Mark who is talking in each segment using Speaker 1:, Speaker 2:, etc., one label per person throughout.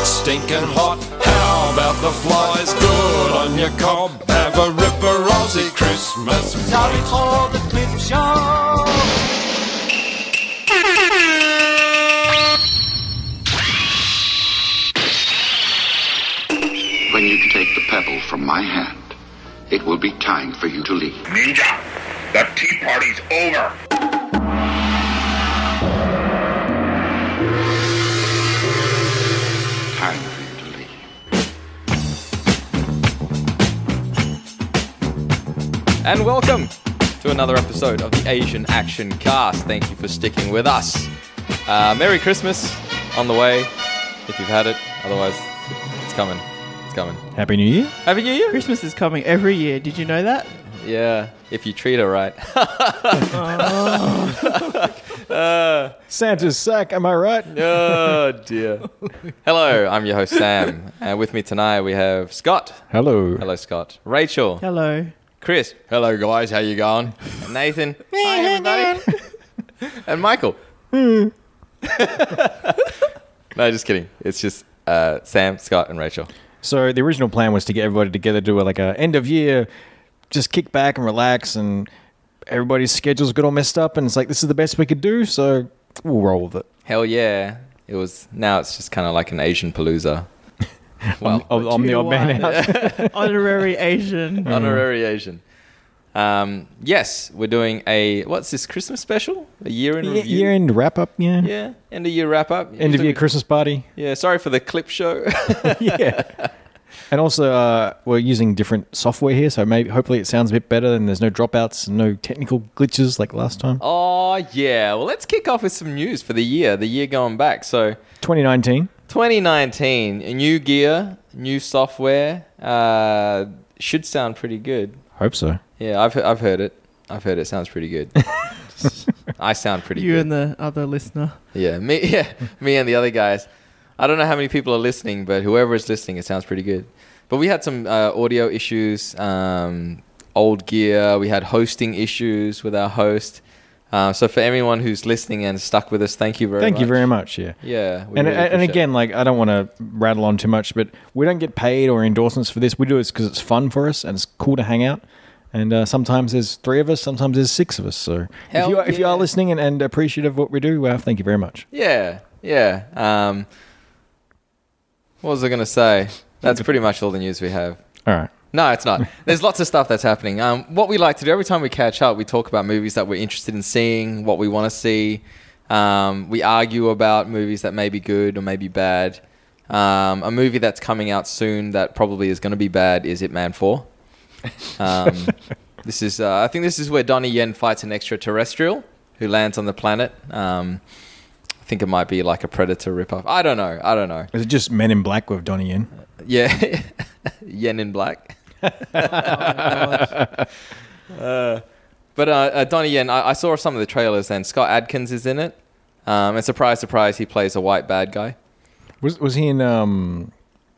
Speaker 1: stinking hot. How about the flies? Good on your cob. Have a ripper Aussie Christmas.
Speaker 2: Sorry for the clip show.
Speaker 3: When you take the pebble from my hand, it will be time for you to leave.
Speaker 4: Ninja, the tea party's over.
Speaker 3: Time for you to leave.
Speaker 5: And welcome to another episode of the Asian Action Cast. Thank you for sticking with us. Uh, Merry Christmas on the way, if you've had it. Otherwise, it's coming. It's coming.
Speaker 6: Happy New Year.
Speaker 5: Happy New Year!
Speaker 7: Christmas is coming every year. Did you know that?
Speaker 5: Yeah, if you treat her right.
Speaker 6: Santa's sack, am I right?
Speaker 5: oh dear. Hello, I'm your host Sam, and with me tonight we have Scott.
Speaker 6: Hello.
Speaker 5: Hello, Scott. Rachel.
Speaker 7: Hello.
Speaker 5: Chris. Hello, guys. How you going? Nathan. Hi, everybody. and Michael. Hmm. no, just kidding. It's just uh, Sam, Scott, and Rachel.
Speaker 6: So the original plan was to get everybody together, do a, like a end of year, just kick back and relax, and everybody's schedules got all messed up, and it's like this is the best we could do, so we'll roll with it.
Speaker 5: Hell yeah! It was. Now it's just kind of like an Asian palooza. Well,
Speaker 6: I'm, I'm the
Speaker 7: two
Speaker 6: odd man
Speaker 7: to one.
Speaker 6: out.
Speaker 7: Honorary Asian.
Speaker 6: Hmm.
Speaker 5: honorary Asian. Um, yes, we're doing a what's this Christmas special? A year in review.
Speaker 6: year end wrap up, yeah.
Speaker 5: yeah, end of year wrap up.
Speaker 6: End of year Christmas party,
Speaker 5: Yeah, sorry for the clip show.
Speaker 6: yeah. And also, uh, we're using different software here, so maybe hopefully it sounds a bit better, and there's no dropouts, and no technical glitches like last time.
Speaker 5: oh yeah. Well, let's kick off with some news for the year. The year going back. So
Speaker 6: 2019.
Speaker 5: 2019, new gear, new software. Uh, should sound pretty good.
Speaker 6: Hope so.
Speaker 5: Yeah, I've I've heard it. I've heard it sounds pretty good. I sound pretty
Speaker 7: You
Speaker 5: good.
Speaker 7: and the other listener.
Speaker 5: yeah, me yeah, me and the other guys. I don't know how many people are listening, but whoever is listening, it sounds pretty good. But we had some uh, audio issues, um, old gear. We had hosting issues with our host. Uh, so for everyone who's listening and stuck with us, thank you very
Speaker 6: Thank
Speaker 5: much.
Speaker 6: you very much. Yeah.
Speaker 5: Yeah, we
Speaker 6: and
Speaker 5: really
Speaker 6: and
Speaker 5: appreciate it.
Speaker 6: again, like I don't want to rattle on too much, but we don't get paid or endorsements for this. We do this because it's fun for us and it's cool to hang out. And uh, sometimes there's three of us, sometimes there's six of us. So
Speaker 5: Hell
Speaker 6: if you are, if you
Speaker 5: yeah.
Speaker 6: are listening and, and appreciative of what we do, well, thank you very much.
Speaker 5: Yeah, yeah. Um, what was I going to say? That's pretty much all the news we have.
Speaker 6: All right.
Speaker 5: No, it's not. There's lots of stuff that's happening. Um, what we like to do every time we catch up, we talk about movies that we're interested in seeing, what we want to see. Um, we argue about movies that may be good or may be bad. Um, a movie that's coming out soon that probably is going to be bad is It Man 4. Um, this is, uh, I think, this is where Donnie Yen fights an extraterrestrial who lands on the planet. Um, I think it might be like a predator ripoff. I don't know. I don't know.
Speaker 6: Is it just Men in Black with Donnie Yen?
Speaker 5: Yeah, Yen in black. Uh, but uh, uh, Donnie Yen, I, I saw some of the trailers. Then Scott Adkins is in it, um, and surprise, surprise, he plays a white bad guy.
Speaker 6: Was was he in um,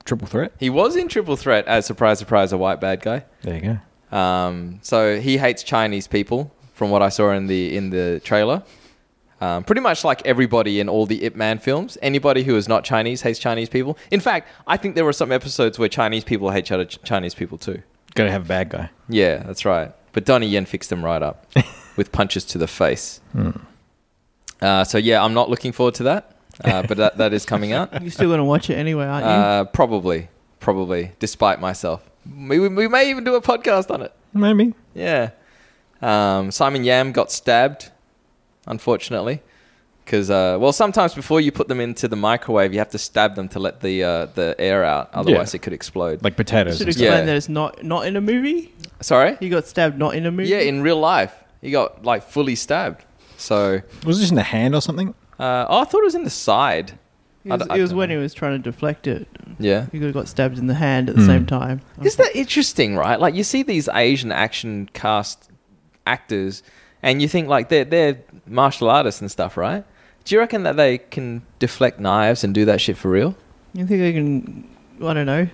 Speaker 6: Triple Threat?
Speaker 5: He was in Triple Threat as surprise, surprise, a white bad guy.
Speaker 6: There you go.
Speaker 5: Um, so he hates Chinese people, from what I saw in the in the trailer. Um, pretty much like everybody in all the Ip Man films, anybody who is not Chinese hates Chinese people. In fact, I think there were some episodes where Chinese people hate other Ch- Chinese people too.
Speaker 6: Got to have a bad guy.
Speaker 5: Yeah, that's right. But Donnie Yen fixed them right up with punches to the face. Uh, so yeah, I'm not looking forward to that, uh, but that, that is coming out.
Speaker 7: You're still going to watch it anyway, aren't you?
Speaker 5: Uh, probably, probably, despite myself. We, we- we may even do a podcast on it.
Speaker 6: Maybe.
Speaker 5: Yeah. Um, Simon Yam got stabbed, unfortunately. Because, uh, well, sometimes before you put them into the microwave, you have to stab them to let the, uh, the air out. Otherwise, it could explode.
Speaker 6: Like
Speaker 7: you
Speaker 6: potatoes.
Speaker 7: should
Speaker 6: and stuff.
Speaker 7: explain
Speaker 5: Yeah.
Speaker 7: that it's not, not in a movie.
Speaker 5: Sorry?
Speaker 7: He got stabbed not in a movie.
Speaker 5: Yeah, in real life, he got like fully stabbed. So,
Speaker 6: Was it just in the hand or something?
Speaker 5: uh, oh, I thought it was in the side.
Speaker 7: it
Speaker 5: I
Speaker 7: was,
Speaker 5: d- I
Speaker 7: it was
Speaker 5: don't
Speaker 7: when
Speaker 5: know.
Speaker 7: he was trying to deflect it.
Speaker 5: Yeah.
Speaker 7: He could have got stabbed in the hand
Speaker 5: Hmm.
Speaker 7: at the same time.
Speaker 5: Isn't that interesting, right? Like you see these Asian action cast actors, and you think like they're they're martial artists and stuff, right? Do you reckon that they can deflect knives and do that shit for real?
Speaker 7: You think they can, I don't know,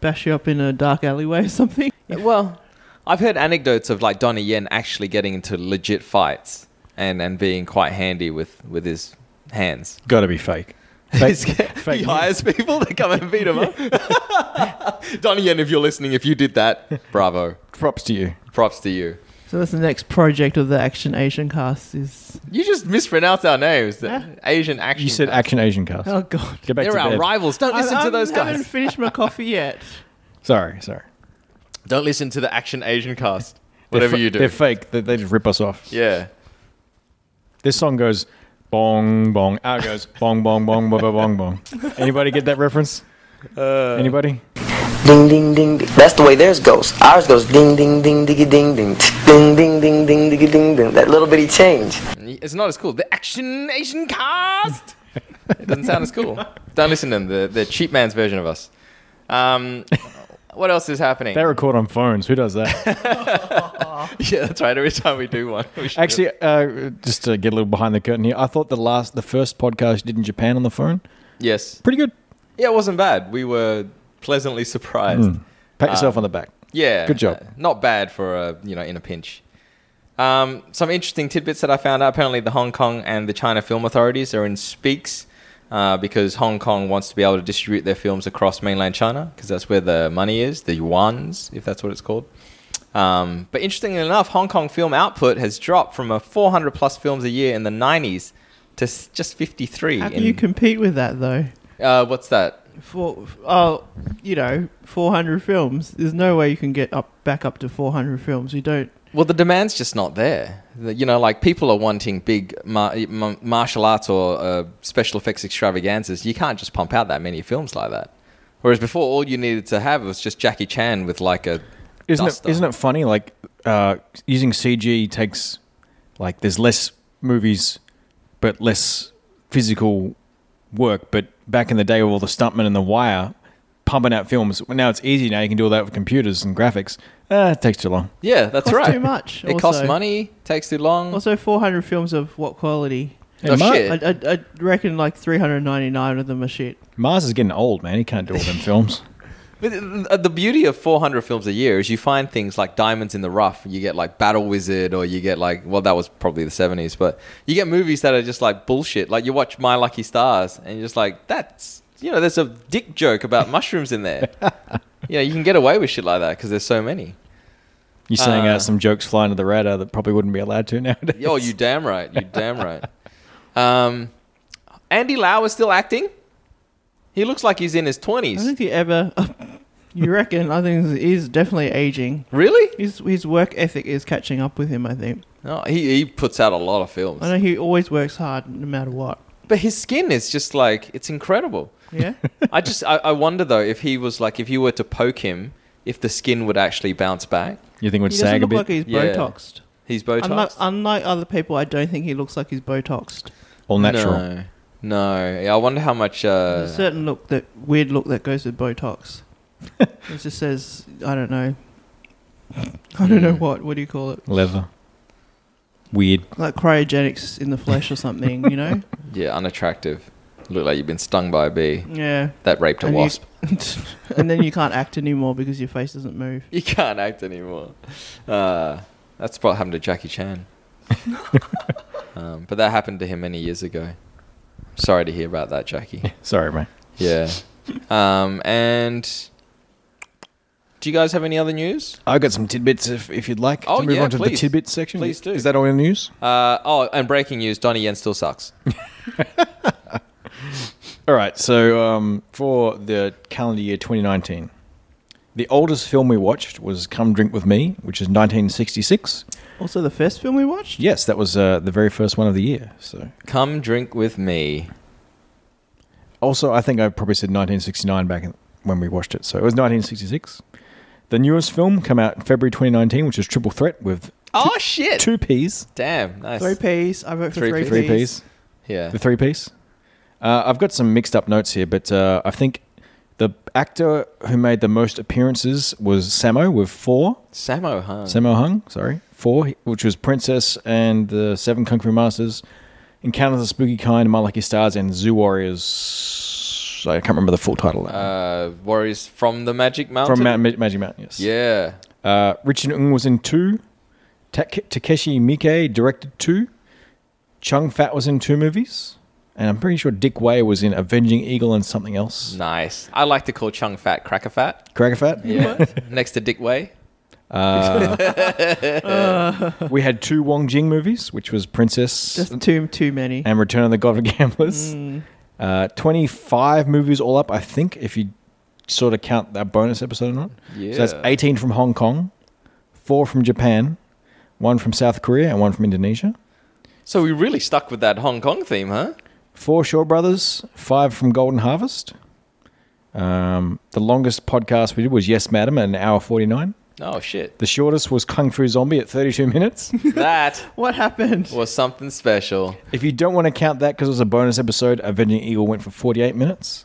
Speaker 7: bash you up in a dark alleyway or something?
Speaker 5: Well, I've heard anecdotes of like Donnie Yen actually getting into legit fights and and being quite handy with with his hands.
Speaker 6: Got to be fake. Fake,
Speaker 5: he
Speaker 6: fake news.
Speaker 5: hires people that come and beat him up. Donnie Yen, if you're listening, if you did that, bravo.
Speaker 6: Props to you.
Speaker 5: Props to you.
Speaker 7: So that's the next project of the Action Asian cast is.
Speaker 5: You just mispronounced our names. The Asian action.
Speaker 6: You said
Speaker 5: Cast.
Speaker 6: Action Asian Cast.
Speaker 7: Oh God.
Speaker 6: Get back
Speaker 5: They're
Speaker 6: to
Speaker 5: our
Speaker 6: bed.
Speaker 5: rivals. Don't listen
Speaker 7: I,
Speaker 5: to those
Speaker 7: I haven't
Speaker 5: guys.
Speaker 7: finished my coffee yet.
Speaker 6: Sorry, sorry.
Speaker 5: Don't listen to the Action Asian cast.
Speaker 6: They're
Speaker 5: Whatever
Speaker 6: fa-
Speaker 5: you do.
Speaker 6: They're fake. They, they just rip us off.
Speaker 5: yeah.
Speaker 6: This song goes bong bong. Ah, it goes bong bong bong bong bong bong. Anybody get that reference?
Speaker 5: Uh,
Speaker 6: Anybody?
Speaker 8: Ding ding ding. ding. That's the way theirs goes. Ours goes ding ding ding diggy ding ding ding ding ding ding diggy ding ding. That little bitty change.
Speaker 5: It's not as cool. The Action Asian cast. it doesn't sound as cool. Don't listen to them. They're, they're cheap man's version of us. Um, what else is happening?
Speaker 6: They record on phones. Who does that?
Speaker 5: yeah, that's right. Every time we do one, we should do it.
Speaker 6: Actually, uh, just to get a little behind the curtain here, I thought the last, the first podcast you did in Japan on the phone,
Speaker 5: yes.
Speaker 6: pretty good.
Speaker 5: Yeah, it wasn't bad. We were pleasantly surprised.
Speaker 6: Pat
Speaker 5: Uh,
Speaker 6: yourself on the back.
Speaker 5: Yeah.
Speaker 6: Hmm. Good job.
Speaker 5: uh, not bad for a you know in a pinch. Um, some interesting tidbits that I found out. Apparently, the Hong Kong and the China film authorities are in speaks uh, because Hong Kong wants to be able to distribute their films across mainland China because that's where the money is, the yuan's, if that's what it's called. Um, but interestingly enough, Hong Kong film output has dropped from a 400 plus films a year in the 90s to s- just 53.
Speaker 7: How can
Speaker 5: in-
Speaker 7: you compete with that though?
Speaker 5: uh, what's that?
Speaker 7: For oh, you know, four hundred films. There's no way you can get up back up to four hundred films. You don't.
Speaker 5: Well, the demand's just not there. The- You know, like people are wanting big mar- m- martial arts or uh, special effects extravaganzas. You can't just pump out that many films like that. Whereas before, all you needed to have was just Jackie Chan with like a.
Speaker 6: Isn't it,
Speaker 5: duster.
Speaker 6: isn't it funny? Like uh, using CG takes like there's less movies, but less physical work. But back in the day, with all the stuntmen and the wire pumping out films, well, now it's easy. Now you can do all that with computers and graphics. Uh, it takes too long.
Speaker 5: Yeah, that's
Speaker 7: Costs
Speaker 5: right.
Speaker 7: too much,
Speaker 5: It costs
Speaker 7: also.
Speaker 5: money. Takes too long.
Speaker 7: Also, four hundred films of what quality?
Speaker 5: oh,
Speaker 6: Mar-
Speaker 5: shit.
Speaker 7: I, I, I reckon like three hundred ninety nine of them are shit.
Speaker 6: Mars is getting old, man. He can't do all them films.
Speaker 5: But th- th- the beauty of 400 films a year is you find things like Diamonds in the Rough. You get like Battle Wizard, or you get like, well, that was probably the 70s, but you get movies that are just like bullshit. Like you watch My Lucky Stars, and you're just like, that's, you know, there's a dick joke about mushrooms in there. you know, you can get away with shit like that because there's so many.
Speaker 6: You're saying
Speaker 5: Uh,
Speaker 6: out some jokes flying to the radar that probably wouldn't be allowed to nowadays.
Speaker 5: Oh, you damn right. You damn right. Um, Andy Lau is still acting. He looks like he's in his
Speaker 7: I don't
Speaker 5: 20s.
Speaker 7: think he ever. you reckon? I think he's definitely aging.
Speaker 5: Really?
Speaker 7: His his work ethic is catching up with him. I think.
Speaker 5: No, he, he puts out a lot of films.
Speaker 7: I know he always works hard no matter what.
Speaker 5: But his skin is just like it's incredible.
Speaker 7: Yeah.
Speaker 5: I just I, I wonder though if he was like if you were to poke him, if the skin would actually bounce back.
Speaker 6: You think it would
Speaker 7: he
Speaker 6: sag
Speaker 7: doesn't
Speaker 6: a
Speaker 7: look
Speaker 6: bit?
Speaker 7: like he's
Speaker 5: Yeah.
Speaker 7: botoxed.
Speaker 5: He's botox.
Speaker 7: Unlike, unlike other people, I don't think he looks like he's botoxed.
Speaker 6: all natural.
Speaker 5: No, no. Yeah, I wonder how much. Uh,
Speaker 7: There's a certain look that weird look that goes with botox. it just says I don't know. I don't know what. What do you call it?
Speaker 6: Leather. Weird.
Speaker 7: Like cryogenics in the flesh or something, you know?
Speaker 5: yeah, unattractive. Look like you've been stung by a bee
Speaker 7: Yeah.
Speaker 5: that raped a
Speaker 7: And you-
Speaker 5: wasp.
Speaker 7: and then you can't act anymore because your face doesn't move.
Speaker 5: You, can't act anymore. Uh, that's what happened to Jackie Chan. um, but that happened to him many years ago. Sorry to hear about that, Jackie.
Speaker 6: Sorry, man.
Speaker 5: Yeah. Um, and do you guys have any other news?
Speaker 6: I've got some tidbits if, if you'd like
Speaker 5: Oh,
Speaker 6: to move
Speaker 5: yeah,
Speaker 6: on to the
Speaker 5: please.
Speaker 6: tidbits section.
Speaker 5: Please do.
Speaker 6: Is that all your news?
Speaker 5: Uh, oh, and breaking news: Donnie Yen still sucks.
Speaker 6: All right. So um, for the calendar year 2019, the oldest film we watched was Come Drink With Me, which is 1966.
Speaker 7: Also, the first film we watched?
Speaker 6: Yes, that was uh, the very first one of the year. So
Speaker 5: Come drink with me.
Speaker 6: Also, I think I probably said 1969 back in, when we watched it. So it was 1966. The newest film come out in February 2019, which is Triple Threat with
Speaker 5: Oh shit!
Speaker 6: two Ps.
Speaker 5: Damn, nice.
Speaker 7: Three P's. I vote for
Speaker 5: Three
Speaker 7: three,
Speaker 5: Ps.
Speaker 6: Three
Speaker 7: P's.
Speaker 6: Ps.
Speaker 5: Yeah.
Speaker 6: The three piece. Uh, I've got some mixed up notes here, but uh, I think the actor who made the most appearances was Samo with four.
Speaker 5: Sammo, huh?
Speaker 6: Samo Hung, sorry, four, which was Princess and the Seven Kung Fu Masters, Encounter of the Spooky Kind, My Lucky Stars, and Zoo Warriors. I can't remember the full title.
Speaker 5: uh, Warriors from the Magic Uh, Mountain.
Speaker 6: From Mount, Ma- Magic Mountain, yes.
Speaker 5: Yeah.
Speaker 6: Uh, Richard Ng was in two. Ta- Takeshi Miike directed two. Chung Fat was in two movies. And I'm pretty sure Dick Way was in Avenging Eagle and something else.
Speaker 5: Nice. I like to call Chung Fat Cracker Fat.
Speaker 6: Cracker Fat?
Speaker 5: Yeah. Next to Dick Way.
Speaker 6: We had two Wong Jing movies, which was Princess
Speaker 7: Just too too many.
Speaker 6: and Return of the God of Gamblers.
Speaker 5: Mm.
Speaker 6: Uh, 25 movies all up, I think, if you sort of count that bonus episode or not. So that's
Speaker 5: Yeah.
Speaker 6: 18 from Hong Kong, four from Japan, one from South Korea, and one from Indonesia.
Speaker 5: So we really stuck with that Hong Kong theme, huh?
Speaker 6: Four Shaw Brothers, five from Golden Harvest. Um, the longest podcast we did was Yes, Madam, at an hour 49.
Speaker 5: Oh, shit.
Speaker 6: The shortest was Kung Fu Zombie at 32 minutes.
Speaker 5: That
Speaker 7: What happened?
Speaker 5: was something special.
Speaker 6: if you don't want to count that because it was a bonus episode, Avenging Eagle went for 48 minutes.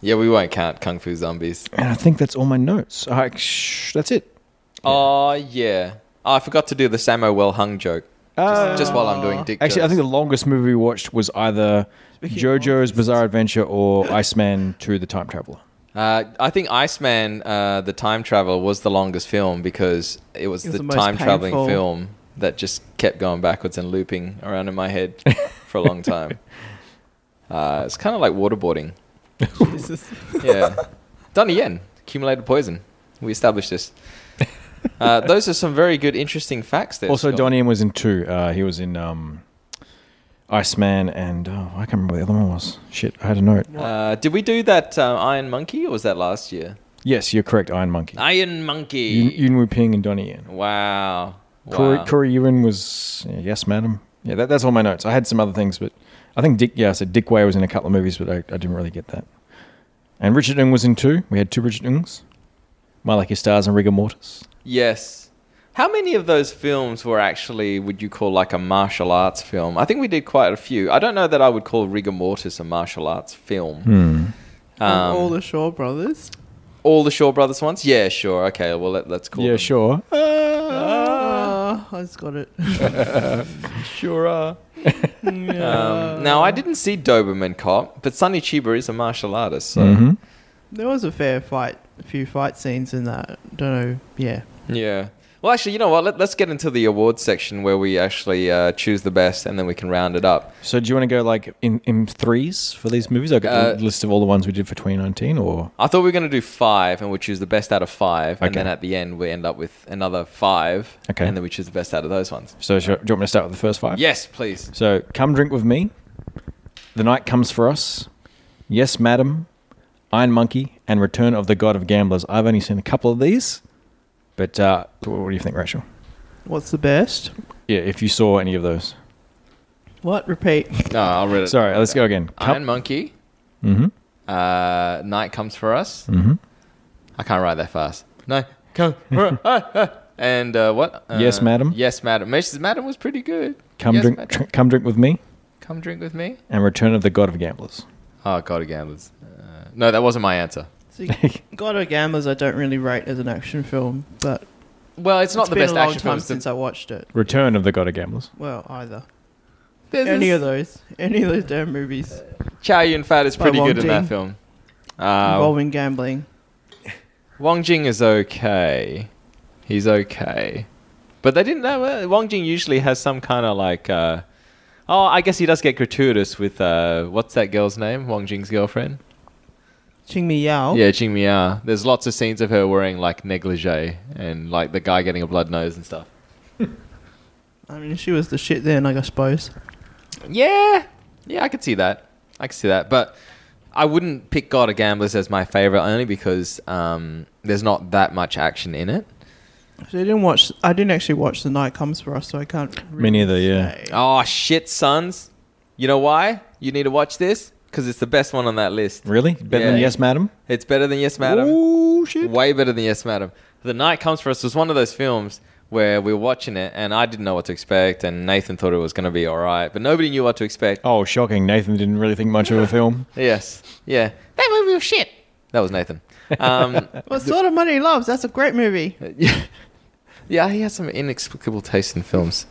Speaker 5: Yeah, we won't count Kung Fu Zombies.
Speaker 6: And I think that's all my notes. I, shh, that's it.
Speaker 5: Oh, yeah. Oh, I forgot to do the Sammo Well Hung joke. Just, just while I'm doing dick
Speaker 6: Uh, Actually, I
Speaker 5: jokes.
Speaker 6: think the longest movie we watched was either JoJo's Bizarre Adventure or Iceman to the Time Traveler.
Speaker 5: Uh, I think Iceman, uh, the time travel, was the longest film because it was,
Speaker 7: It was
Speaker 5: the,
Speaker 7: the most
Speaker 5: time traveling
Speaker 7: painful.
Speaker 5: film that just kept going backwards and looping around in my head for a long time. Uh, it's kind of like waterboarding.
Speaker 7: Jesus.
Speaker 5: Yeah. Donnie Yen, accumulated poison. We established this. Uh, those are some very good, interesting facts there.
Speaker 6: Also,
Speaker 5: Scott.
Speaker 6: Donnie Yen was in two. Uh, he was in um, Iceman and oh, I can't remember what the other one was. Shit, I had a note.
Speaker 5: Uh, did we do that uh, Iron Monkey or was that last year?
Speaker 6: Yes, you're correct. Iron Monkey.
Speaker 5: Iron Monkey.
Speaker 6: Yun Yun Wu Ping and Donnie Yen.
Speaker 5: wow.
Speaker 6: Corey,
Speaker 5: Wow.
Speaker 6: Corey Ewan was yeah, yes, madam. Yeah, that, that's all my notes. I had some other things, but I think Dick. Yeah, I said Dick Way was in a couple of movies, but I, I didn't really get that. And Richard Ng was in two. We had two Richard Ngs. My Lucky Stars and Rigor Mortis.
Speaker 5: Yes. How many of those films were actually, would you call like a martial arts film? I think we did quite a few. I don't know that I would call Rigor Mortis a martial arts film.
Speaker 6: Hmm.
Speaker 7: Of all the Shaw brothers.
Speaker 5: All the Shaw Brothers ones? Yeah, sure. Okay, well, let, let's call
Speaker 6: yeah,
Speaker 5: them.
Speaker 6: sure.
Speaker 7: Ah, I just got it.
Speaker 5: Sure. are. Um, now, I didn't see Doberman Cop, but Sonny Chiba is a martial artist,
Speaker 6: Hmm.
Speaker 5: so.
Speaker 7: There was a fair fight, a few fight scenes in that. Don't know. Yeah.
Speaker 5: Yeah. Well, actually, you know what? Let, let's get into the awards section where we actually uh, choose the best and then we can round it up.
Speaker 6: So do you want to go like in, in threes for these movies? I got
Speaker 5: Uh,
Speaker 6: the list of all the ones we did for 2019, or
Speaker 5: I thought we were going to do five, and we'll choose the best out of five, and
Speaker 6: Okay.
Speaker 5: then at the end we end up with another five,
Speaker 6: Okay.
Speaker 5: and then we choose the best out of those ones.
Speaker 6: so shall- do you want me to start with the first five?
Speaker 5: Yes, please.
Speaker 6: So come drink with me. The night comes for us. Yes, madam. Iron Monkey and Return of the God of Gamblers. I've only seen a couple of these, but uh, wh- what do you think, Rachel?
Speaker 7: What's the best?
Speaker 6: Yeah, if you saw any of those.
Speaker 7: What? Repeat.
Speaker 5: No, I'll read it.
Speaker 6: Sorry, let's go again. Come-
Speaker 5: Iron Monkey. Mm-hmm. Uh, Night comes for us. Mm-hmm. I can't write that fast. Night comes for us. And uh, what? Uh,
Speaker 6: Yes, madam.
Speaker 5: Yes, madam. Mrs. Madam was pretty good.
Speaker 6: come
Speaker 5: Yes,
Speaker 6: drink,
Speaker 5: madam.
Speaker 6: tr- come drink with me
Speaker 5: Come drink with me.
Speaker 6: and Return of the God of Gamblers.
Speaker 5: Oh God, again. let's- Uh, no, that wasn't my answer.
Speaker 7: See, God of Gamblers, I don't really rate as an action film, but
Speaker 5: Well, it's not
Speaker 7: it's
Speaker 5: the
Speaker 7: been
Speaker 5: best
Speaker 7: a long
Speaker 5: action
Speaker 7: time
Speaker 5: film.
Speaker 7: since I watched it.
Speaker 6: Return of the God of Gamblers.
Speaker 7: Well, either
Speaker 5: There's
Speaker 7: any
Speaker 5: this- Uh,
Speaker 7: of those, any of those damn movies
Speaker 5: Chow Yun Fat is
Speaker 7: By
Speaker 5: pretty
Speaker 7: Wong
Speaker 5: good in that
Speaker 7: Jing.
Speaker 5: film. Uh,
Speaker 7: involving gambling.
Speaker 5: Wong Jing is okay. He's okay. But they didn't know. Uh, Wong Jing usually has some kind of like. Uh, oh, I guess he does get gratuitous with. Uh, what's that girl's name? Wong Jing's girlfriend?
Speaker 7: Ching Mi Yao.
Speaker 5: Yeah, Jing Mia. There's lots of scenes of her wearing like negligee and like the guy getting a blood nose and stuff.
Speaker 7: I mean, she was the shit then, like, I suppose.
Speaker 5: Yeah. Yeah, I could see that. I could see that. But I wouldn't pick God of Gamblers as my favorite only because um, there's not that much action in it.
Speaker 7: So I didn't watch. I didn't actually watch The Night Comes for Us, so I can't.
Speaker 6: Me neither, yeah.
Speaker 5: Oh shit, sons! You know why? You need to watch this because it's the best one on that list.
Speaker 6: Really? Better than
Speaker 5: Yeah.
Speaker 6: Yes, madam?
Speaker 5: It's better than Yes, Madam.
Speaker 6: Oh, shit.
Speaker 5: Way better than Yes, Madam. The Night Comes for Us was one of those films where we were watching it and I didn't know what to expect, and Nathan thought it was going to be all right, but nobody knew what to expect.
Speaker 6: Oh, shocking. Nathan didn't really think much of a film.
Speaker 5: Yes, yeah, that movie was shit. That was Nathan. Um,
Speaker 7: What sort of money loves? That's a great movie.
Speaker 5: Yeah, he has some inexplicable taste in films.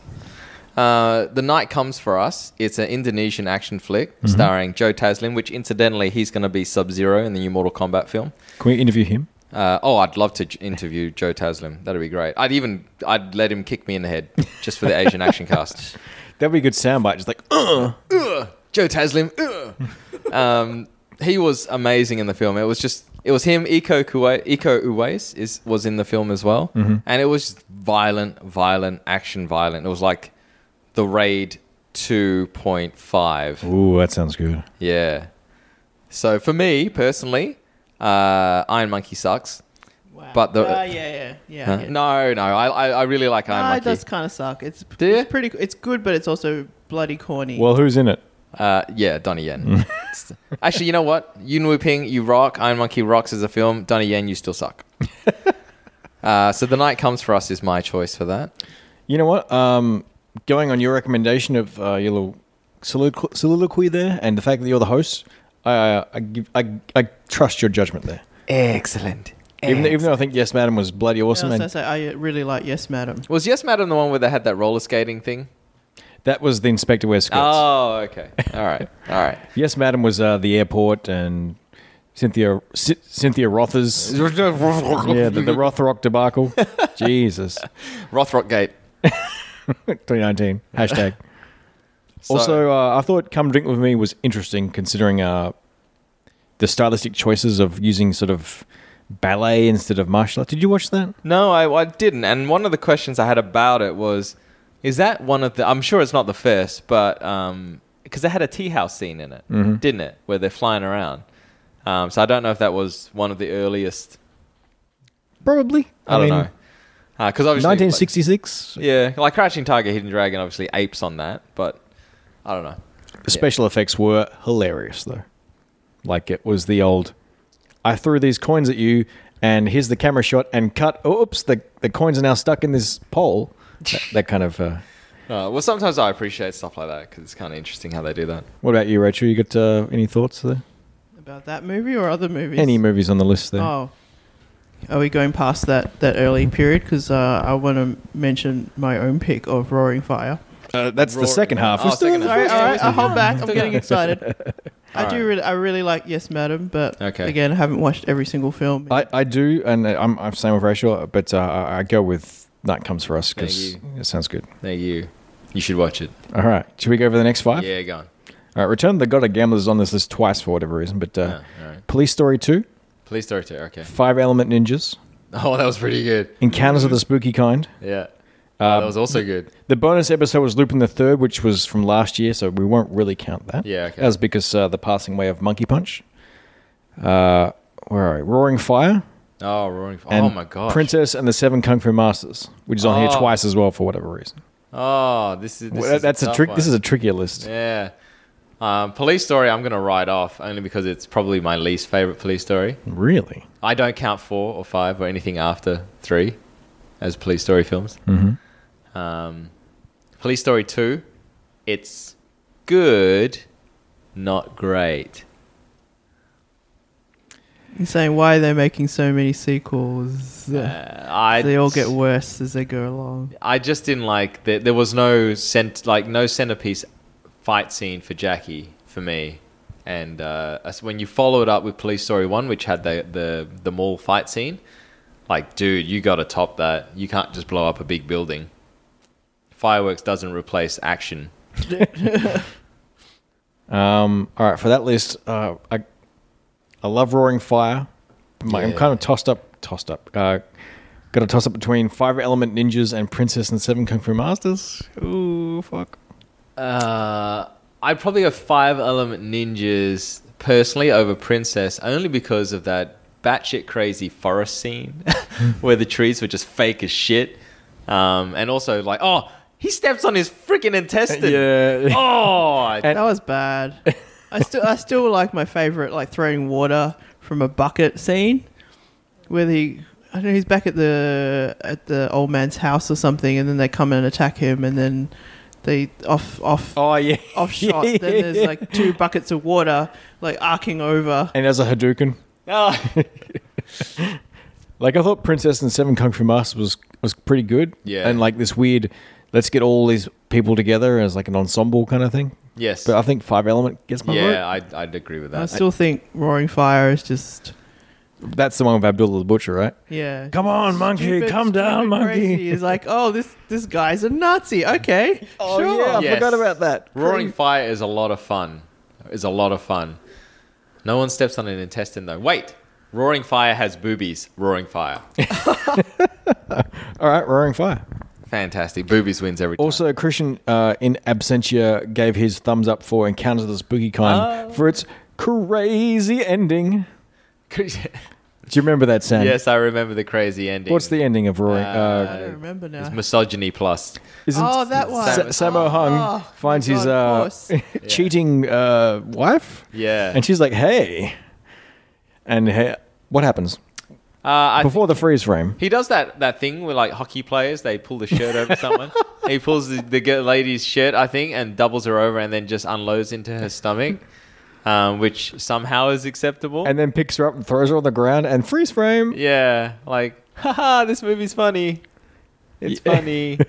Speaker 5: Uh, the Night Comes for Us. It's an Indonesian action flick starring Joe Taslim, which incidentally, he's going to be Sub Zero in the new Mortal Kombat film.
Speaker 6: Can we interview him?
Speaker 5: Uh, oh, I'd love to j- interview Joe Taslim. That'd be great. I'd even I'd let him kick me in the head just for the Asian action cast.
Speaker 6: That'd be a good soundbite. Just like, uh,
Speaker 5: Ugh, Joe Taslim. ugh. um, he was amazing in the film. It was just it was him. Eco Kuwait, Eco Uwais is was in the film as well, and it was just violent, violent action, violent. It was like the raid two point five.
Speaker 6: Ooh, that sounds good.
Speaker 5: Yeah. So for me personally, uh, Iron Monkey sucks.
Speaker 7: Wow.
Speaker 5: But the-
Speaker 7: Ah, yeah, yeah, yeah. I
Speaker 5: Huh?
Speaker 7: get it.
Speaker 5: No, no, I, I, I really like Iron
Speaker 7: Ah, it
Speaker 5: Monkey.
Speaker 7: does kind of suck. It's,
Speaker 5: Do ya?
Speaker 7: it's pretty. It's good, but it's also bloody corny.
Speaker 6: Well, who's in it?
Speaker 5: Uh, yeah, Donnie Yen. Actually, you know what? Yuen Wu Ping, you rock. Iron Monkey rocks as a film. Donnie Yen, you still suck. uh, so the night comes for us is my choice for that.
Speaker 6: You know what? Um, going on your recommendation of uh, your little soliloqu- soliloquy there, and the fact that you're the host, I I, I, give, I, I trust your judgment there.
Speaker 5: Excellent.
Speaker 6: Even, though- even though I think Yes, Madam was bloody
Speaker 7: I,
Speaker 6: awesome,
Speaker 7: was gonna
Speaker 6: and
Speaker 7: say, I really like Yes, Madam.
Speaker 5: Was Yes Madam the one where they had that roller skating thing?
Speaker 6: that was the Inspector Wears Skirts.
Speaker 5: Oh, okay. All right. All right.
Speaker 6: yes, Madam was uh, the airport and Cynthia C- Cynthia Rothers. yeah, the, the Rothrock debacle. Jesus,
Speaker 5: Rothrock Gate.
Speaker 6: 2019 hashtag.
Speaker 5: So-
Speaker 6: also, uh, I thought "Come Drink with Me" was interesting, considering uh, the stylistic choices of using sort of ballet instead of martial art. Did you watch that?
Speaker 5: No, I, I didn't. And one of the questions I had about it was, is that one of the? I'm sure it's not the first, but um, because it had a tea house scene in it,
Speaker 7: Mm-hmm.
Speaker 5: didn't it, where they're flying around. Um, so I don't know if that was one of the earliest.
Speaker 6: Probably.
Speaker 5: I, don't know. Because obviously,
Speaker 6: 1966
Speaker 5: like- yeah, like Crouching Tiger, Hidden Dragon, obviously apes on that, but I don't know.
Speaker 6: special effects were hilarious though. Like it was the old I threw these coins at you and here's the camera shot and cut oops the the coins are now stuck in this pole. That, that kind of uh,
Speaker 5: Uh, well, sometimes I appreciate stuff like that because it's kind of interesting how they do that.
Speaker 6: What about you, Rachel? You got uh, any thoughts there?
Speaker 7: About that movie or other movies?
Speaker 6: Any movies on the list there?
Speaker 7: Oh, are we going past that that early period? Because uh, I want to mention my own pick of Roaring Fire.
Speaker 6: Uh, that's the second half.
Speaker 5: Oh,
Speaker 6: We're still
Speaker 5: second
Speaker 6: in the
Speaker 5: half.
Speaker 7: All right,
Speaker 6: first
Speaker 7: all right.
Speaker 6: half.
Speaker 7: I hold back. I'm
Speaker 5: Yeah.
Speaker 7: getting excited.
Speaker 5: All
Speaker 7: I
Speaker 5: right.
Speaker 7: do. Really, I really like Yes, Madam, but
Speaker 5: Okay.
Speaker 7: again, I haven't watched every single film.
Speaker 6: I, I do, and I'm I'm same with Rachel, but uh, I I go with Night Comes for Us because
Speaker 5: Thank
Speaker 6: it sounds good.
Speaker 5: There you, you should watch it.
Speaker 6: All right, should we go over the next five?
Speaker 5: Yeah, go on.
Speaker 6: All right, Return of the God of Gamblers is on this list twice for whatever reason, but uh,
Speaker 5: Yeah, all right.
Speaker 6: Police Story Two,
Speaker 5: Police Story Two. Okay.
Speaker 6: Five Element Ninjas,
Speaker 5: Oh, that was pretty good.
Speaker 6: Encounters of the Spooky Kind.
Speaker 5: Yeah. Oh, that was also good.
Speaker 6: The bonus episode was Lupin the Third, which was from last year, so we won't really count that.
Speaker 5: Yeah, okay.
Speaker 6: That was because uh, the passing away of Monkey Punch. Uh, where are we? Roaring Fire.
Speaker 5: Oh, Roaring. F-
Speaker 6: and
Speaker 5: oh my god.
Speaker 6: Princess and the Seven Kung Fu Masters, which is on here
Speaker 5: Oh.
Speaker 6: twice as well for whatever reason.
Speaker 5: Oh, this is. This
Speaker 6: Well,
Speaker 5: is
Speaker 6: that's a
Speaker 5: tough
Speaker 6: trick.
Speaker 5: one.
Speaker 6: This is a trickier list.
Speaker 5: Yeah. Um, police story. I'm gonna write off only because it's probably my least favorite police story.
Speaker 6: Really?
Speaker 5: I don't count four or five or anything after three as police story films.
Speaker 6: Mm-hmm.
Speaker 5: Um, police story two. It's good, not great.
Speaker 7: You're saying why are they making so many sequels?
Speaker 5: Uh, I
Speaker 7: they all get worse as they go along.
Speaker 5: I just didn't like that. There was no cent like no centerpiece fight scene for Jackie for me. And uh, as- when you follow it up with Police Story One, which had the the the mall fight scene, like dude, you got to top that. You can't just blow up a big building. Fireworks doesn't replace action.
Speaker 6: Um, all right, for that list, uh, I I love Roaring Fire. My, I'm
Speaker 5: Yeah.
Speaker 6: kind of tossed up, tossed up. Uh, got to toss up between Five Element Ninjas and Princess and Seven Kung Fu Masters. Ooh, fuck.
Speaker 5: Uh, I'd probably go Five Element Ninjas personally over Princess, only because of that batshit crazy forest scene where the trees were just fake as shit. Um, and also, like, oh, he steps on his freaking intestine.
Speaker 6: Yeah.
Speaker 5: Oh, I-
Speaker 7: that was bad. I still, I still like my favorite, like throwing water from a bucket scene, where he, I don't know, he's back at the at the old man's house or something, and then they come and attack him, and then they off off
Speaker 6: Oh yeah.
Speaker 7: off shot. then there's like two buckets of water like arcing over.
Speaker 6: And as a Hadouken,
Speaker 5: oh.
Speaker 6: like I thought, Princess and Seven Kung Fu Masters was was pretty good.
Speaker 5: Yeah.
Speaker 6: And like this weird, let's get all these people together as like an ensemble kind of thing.
Speaker 5: yes.
Speaker 6: But I think Five Element gets my vote.
Speaker 5: yeah, I'd, I'd agree with
Speaker 7: I
Speaker 5: that.
Speaker 7: still think Roaring Fire is just
Speaker 6: That's the one with Abdullah the Butcher, right?
Speaker 7: yeah.
Speaker 6: Come on, monkey,
Speaker 7: Stupid-
Speaker 6: come down,
Speaker 7: stupid
Speaker 6: monkey.
Speaker 7: crazy. He's like, oh, this this guy's a Nazi. Okay, sure.
Speaker 5: Oh, yeah. I forgot about
Speaker 6: that.
Speaker 5: Roaring Fire is a lot of fun. is a lot of fun. No one steps on an intestine though. Wait, Roaring Fire has boobies. Roaring Fire,
Speaker 6: All right, roaring fire.
Speaker 5: fantastic. Boobies wins every time.
Speaker 6: Also, Christian uh, in absentia gave his thumbs up for Encounters of the Spooky
Speaker 5: Ah.
Speaker 6: Kind for its crazy ending. Do you remember that, Sam?
Speaker 5: yes, I remember the crazy ending.
Speaker 6: What's the ending of Roaring?
Speaker 7: I
Speaker 6: Uh,
Speaker 7: don't remember now.
Speaker 5: It's misogyny plus.
Speaker 6: isn't
Speaker 7: Oh, that one.
Speaker 6: Sa- Sammo Hung
Speaker 7: Oh,
Speaker 6: finds
Speaker 7: my
Speaker 6: his
Speaker 7: God, of course.
Speaker 6: uh, cheating uh, wife,
Speaker 5: Yeah.
Speaker 6: and she's like, "Hey," and hey, what happens
Speaker 5: Uh, I
Speaker 6: before the freeze frame?
Speaker 5: He does that, that thing with like hockey players. They pull the shirt over someone. he pulls the, the girl- lady's shirt, I think, and doubles her over, and then just unloads into her stomach, um, which somehow is acceptable.
Speaker 6: and then picks her up and throws her on the ground and freeze frame.
Speaker 5: yeah, like, haha, this movie's funny. It's
Speaker 6: Yeah.
Speaker 5: funny.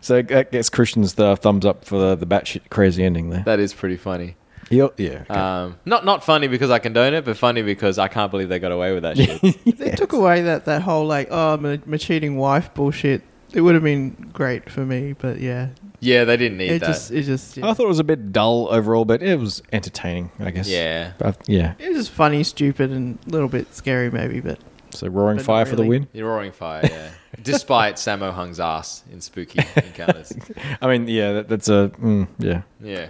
Speaker 6: So that gets Christian's th- thumbs up for the, the batshit crazy ending there.
Speaker 5: that is pretty funny.
Speaker 6: He'll- yeah. okay.
Speaker 5: Um, not not funny because I condone it, but funny because I can't believe they got away with that shit.
Speaker 7: They took away that, that whole like oh my, my cheating wife bullshit. It would have been great for me, but yeah,
Speaker 5: yeah, they didn't need
Speaker 7: it
Speaker 5: that.
Speaker 7: just it just
Speaker 6: I
Speaker 7: yeah.
Speaker 6: thought it was a bit dull overall, but it was entertaining, I guess.
Speaker 5: yeah.
Speaker 6: But, yeah.
Speaker 7: it was just funny, stupid, and a little bit scary maybe. But
Speaker 6: So roaring
Speaker 7: But not
Speaker 6: fire for the
Speaker 7: really.
Speaker 6: win.
Speaker 5: The Roaring Fire, yeah. Despite Sammo Hung's ass in spooky encounters.
Speaker 6: I mean, yeah, that, that's a mm, yeah.
Speaker 5: Yeah.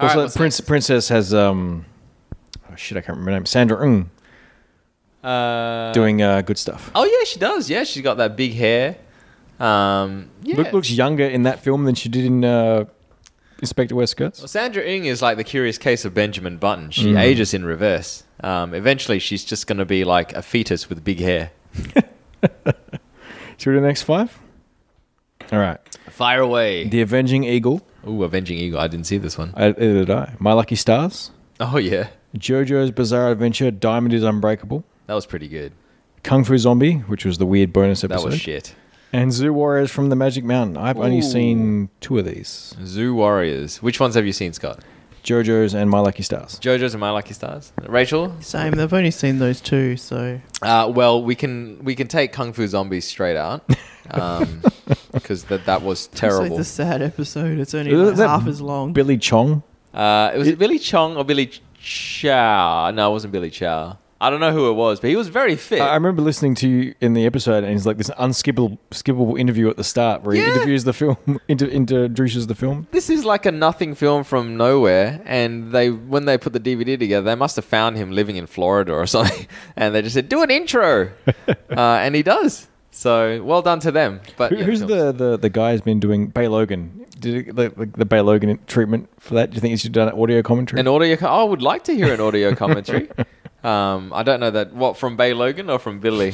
Speaker 5: All right,
Speaker 6: Also,
Speaker 5: what's
Speaker 6: Prince Princess has um, oh shit, I can't remember her name. Sandra Ng
Speaker 5: Uh,
Speaker 6: doing uh, good stuff.
Speaker 5: oh yeah, she does. Yeah, she's got that big hair. Um, yeah.
Speaker 6: Look, looks younger in that film than she did in uh, Inspector Wear Skirts.
Speaker 5: Well, Sandra Ng is like the curious case of Benjamin Button. She ages in reverse. Um, eventually, she's just going to be like a fetus with big hair.
Speaker 6: Should we do the next five? All right.
Speaker 5: Fire away.
Speaker 6: The Avenging Eagle. uh,
Speaker 5: Ooh, Avenging Eagle. I didn't see this one.
Speaker 6: I, neither did I. My Lucky Stars.
Speaker 5: Oh yeah,
Speaker 6: JoJo's Bizarre Adventure, Diamond is Unbreakable,
Speaker 5: that was pretty good.
Speaker 6: Kung Fu Zombie, which was the weird bonus
Speaker 5: That
Speaker 6: episode,
Speaker 5: was shit.
Speaker 6: and Zoo Warriors from the Magic Mountain. I've only
Speaker 5: Ooh.
Speaker 6: seen two of these
Speaker 5: Zoo Warriors. Which ones have you seen, Scott?
Speaker 6: JoJo's and My Lucky Stars.
Speaker 5: JoJo's and My Lucky Stars. Rachel.
Speaker 7: same, they've only seen those two, so
Speaker 5: Uh, well, we can we can take Kung Fu Zombies straight out because that that was
Speaker 7: it's
Speaker 5: terrible.
Speaker 7: like the sad episode. It's only
Speaker 6: Is
Speaker 7: like
Speaker 6: that
Speaker 7: half as long.
Speaker 6: Billy Chong.
Speaker 5: Uh, it was it, Billy Chong or Billy Ch- Chow. No, it wasn't Billy Chow. I don't know who it was, but he was very fit.
Speaker 6: I I remember listening to you in the episode, and it's like this unskippable skippable interview at the start where he
Speaker 5: Yeah.
Speaker 6: interviews the film, inter, introduces the film.
Speaker 5: this is like a nothing film from nowhere, and they when they put the DVD together, they must have found him living in Florida or something, and they just said, "Do an intro," uh, and he does. So well done to them. But
Speaker 6: Who,
Speaker 5: Uh, yeah,
Speaker 6: who's
Speaker 5: films.
Speaker 6: the, the, the guy who's been doing Bay Logan? Did it, like, like the Bay Logan treatment for that? Do you think he should have done an audio commentary?
Speaker 5: an audio? co- oh, I would like to hear an audio commentary. um, I don't know that what from Bay Logan or from Billy,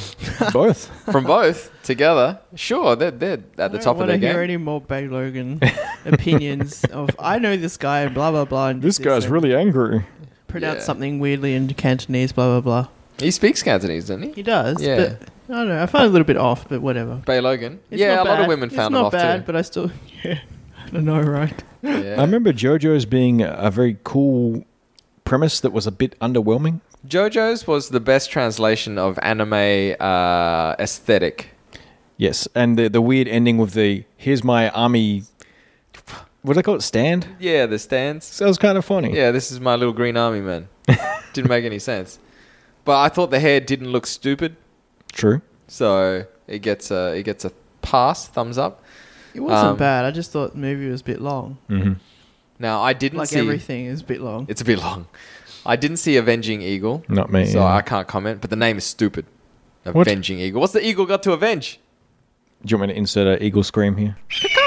Speaker 6: Both.
Speaker 5: from both together. Sure, they're they're at the
Speaker 7: I
Speaker 5: top of their
Speaker 7: don't want to
Speaker 5: game.
Speaker 7: hear any more Bay Logan opinions of I know this guy and blah blah blah. And
Speaker 6: This guy's
Speaker 7: and
Speaker 6: really angry.
Speaker 7: pronounced
Speaker 5: Yeah.
Speaker 7: something weirdly in Cantonese. Blah blah blah.
Speaker 5: He speaks Cantonese, doesn't he?
Speaker 7: He does.
Speaker 5: Yeah.
Speaker 7: but I don't know. I find it a little bit off, but whatever.
Speaker 5: Bay Logan.
Speaker 7: It's
Speaker 5: yeah,
Speaker 7: not
Speaker 5: a lot
Speaker 7: bad.
Speaker 5: of women
Speaker 7: it's
Speaker 5: found
Speaker 7: not
Speaker 5: him off
Speaker 7: bad,
Speaker 5: too.
Speaker 7: but I still yeah. I don't know, right?
Speaker 5: Yeah.
Speaker 6: I remember JoJo's being a very cool premise that was a bit underwhelming.
Speaker 5: JoJo's was the best translation of anime uh, aesthetic.
Speaker 6: Yes, and the the weird ending with the here's my army. What do they call it? Stand.
Speaker 5: Yeah, the stands.
Speaker 6: So that was kind of funny.
Speaker 5: Yeah, this is my little green army man. didn't make any sense. But I thought the hair didn't look stupid,
Speaker 6: True.
Speaker 5: so it gets a it gets a pass, thumbs up.
Speaker 7: It wasn't
Speaker 5: Um,
Speaker 7: bad. I just thought the movie was a bit long.
Speaker 5: Now I didn't
Speaker 7: Like
Speaker 5: see
Speaker 7: everything is a bit long.
Speaker 5: It's a bit long. I didn't see Avenging Eagle.
Speaker 6: Not me,
Speaker 5: So
Speaker 6: yeah.
Speaker 5: I can't comment. But the name is stupid.
Speaker 6: What?
Speaker 5: Avenging Eagle. What's the eagle got to avenge?
Speaker 6: Do you want me to insert an eagle scream here?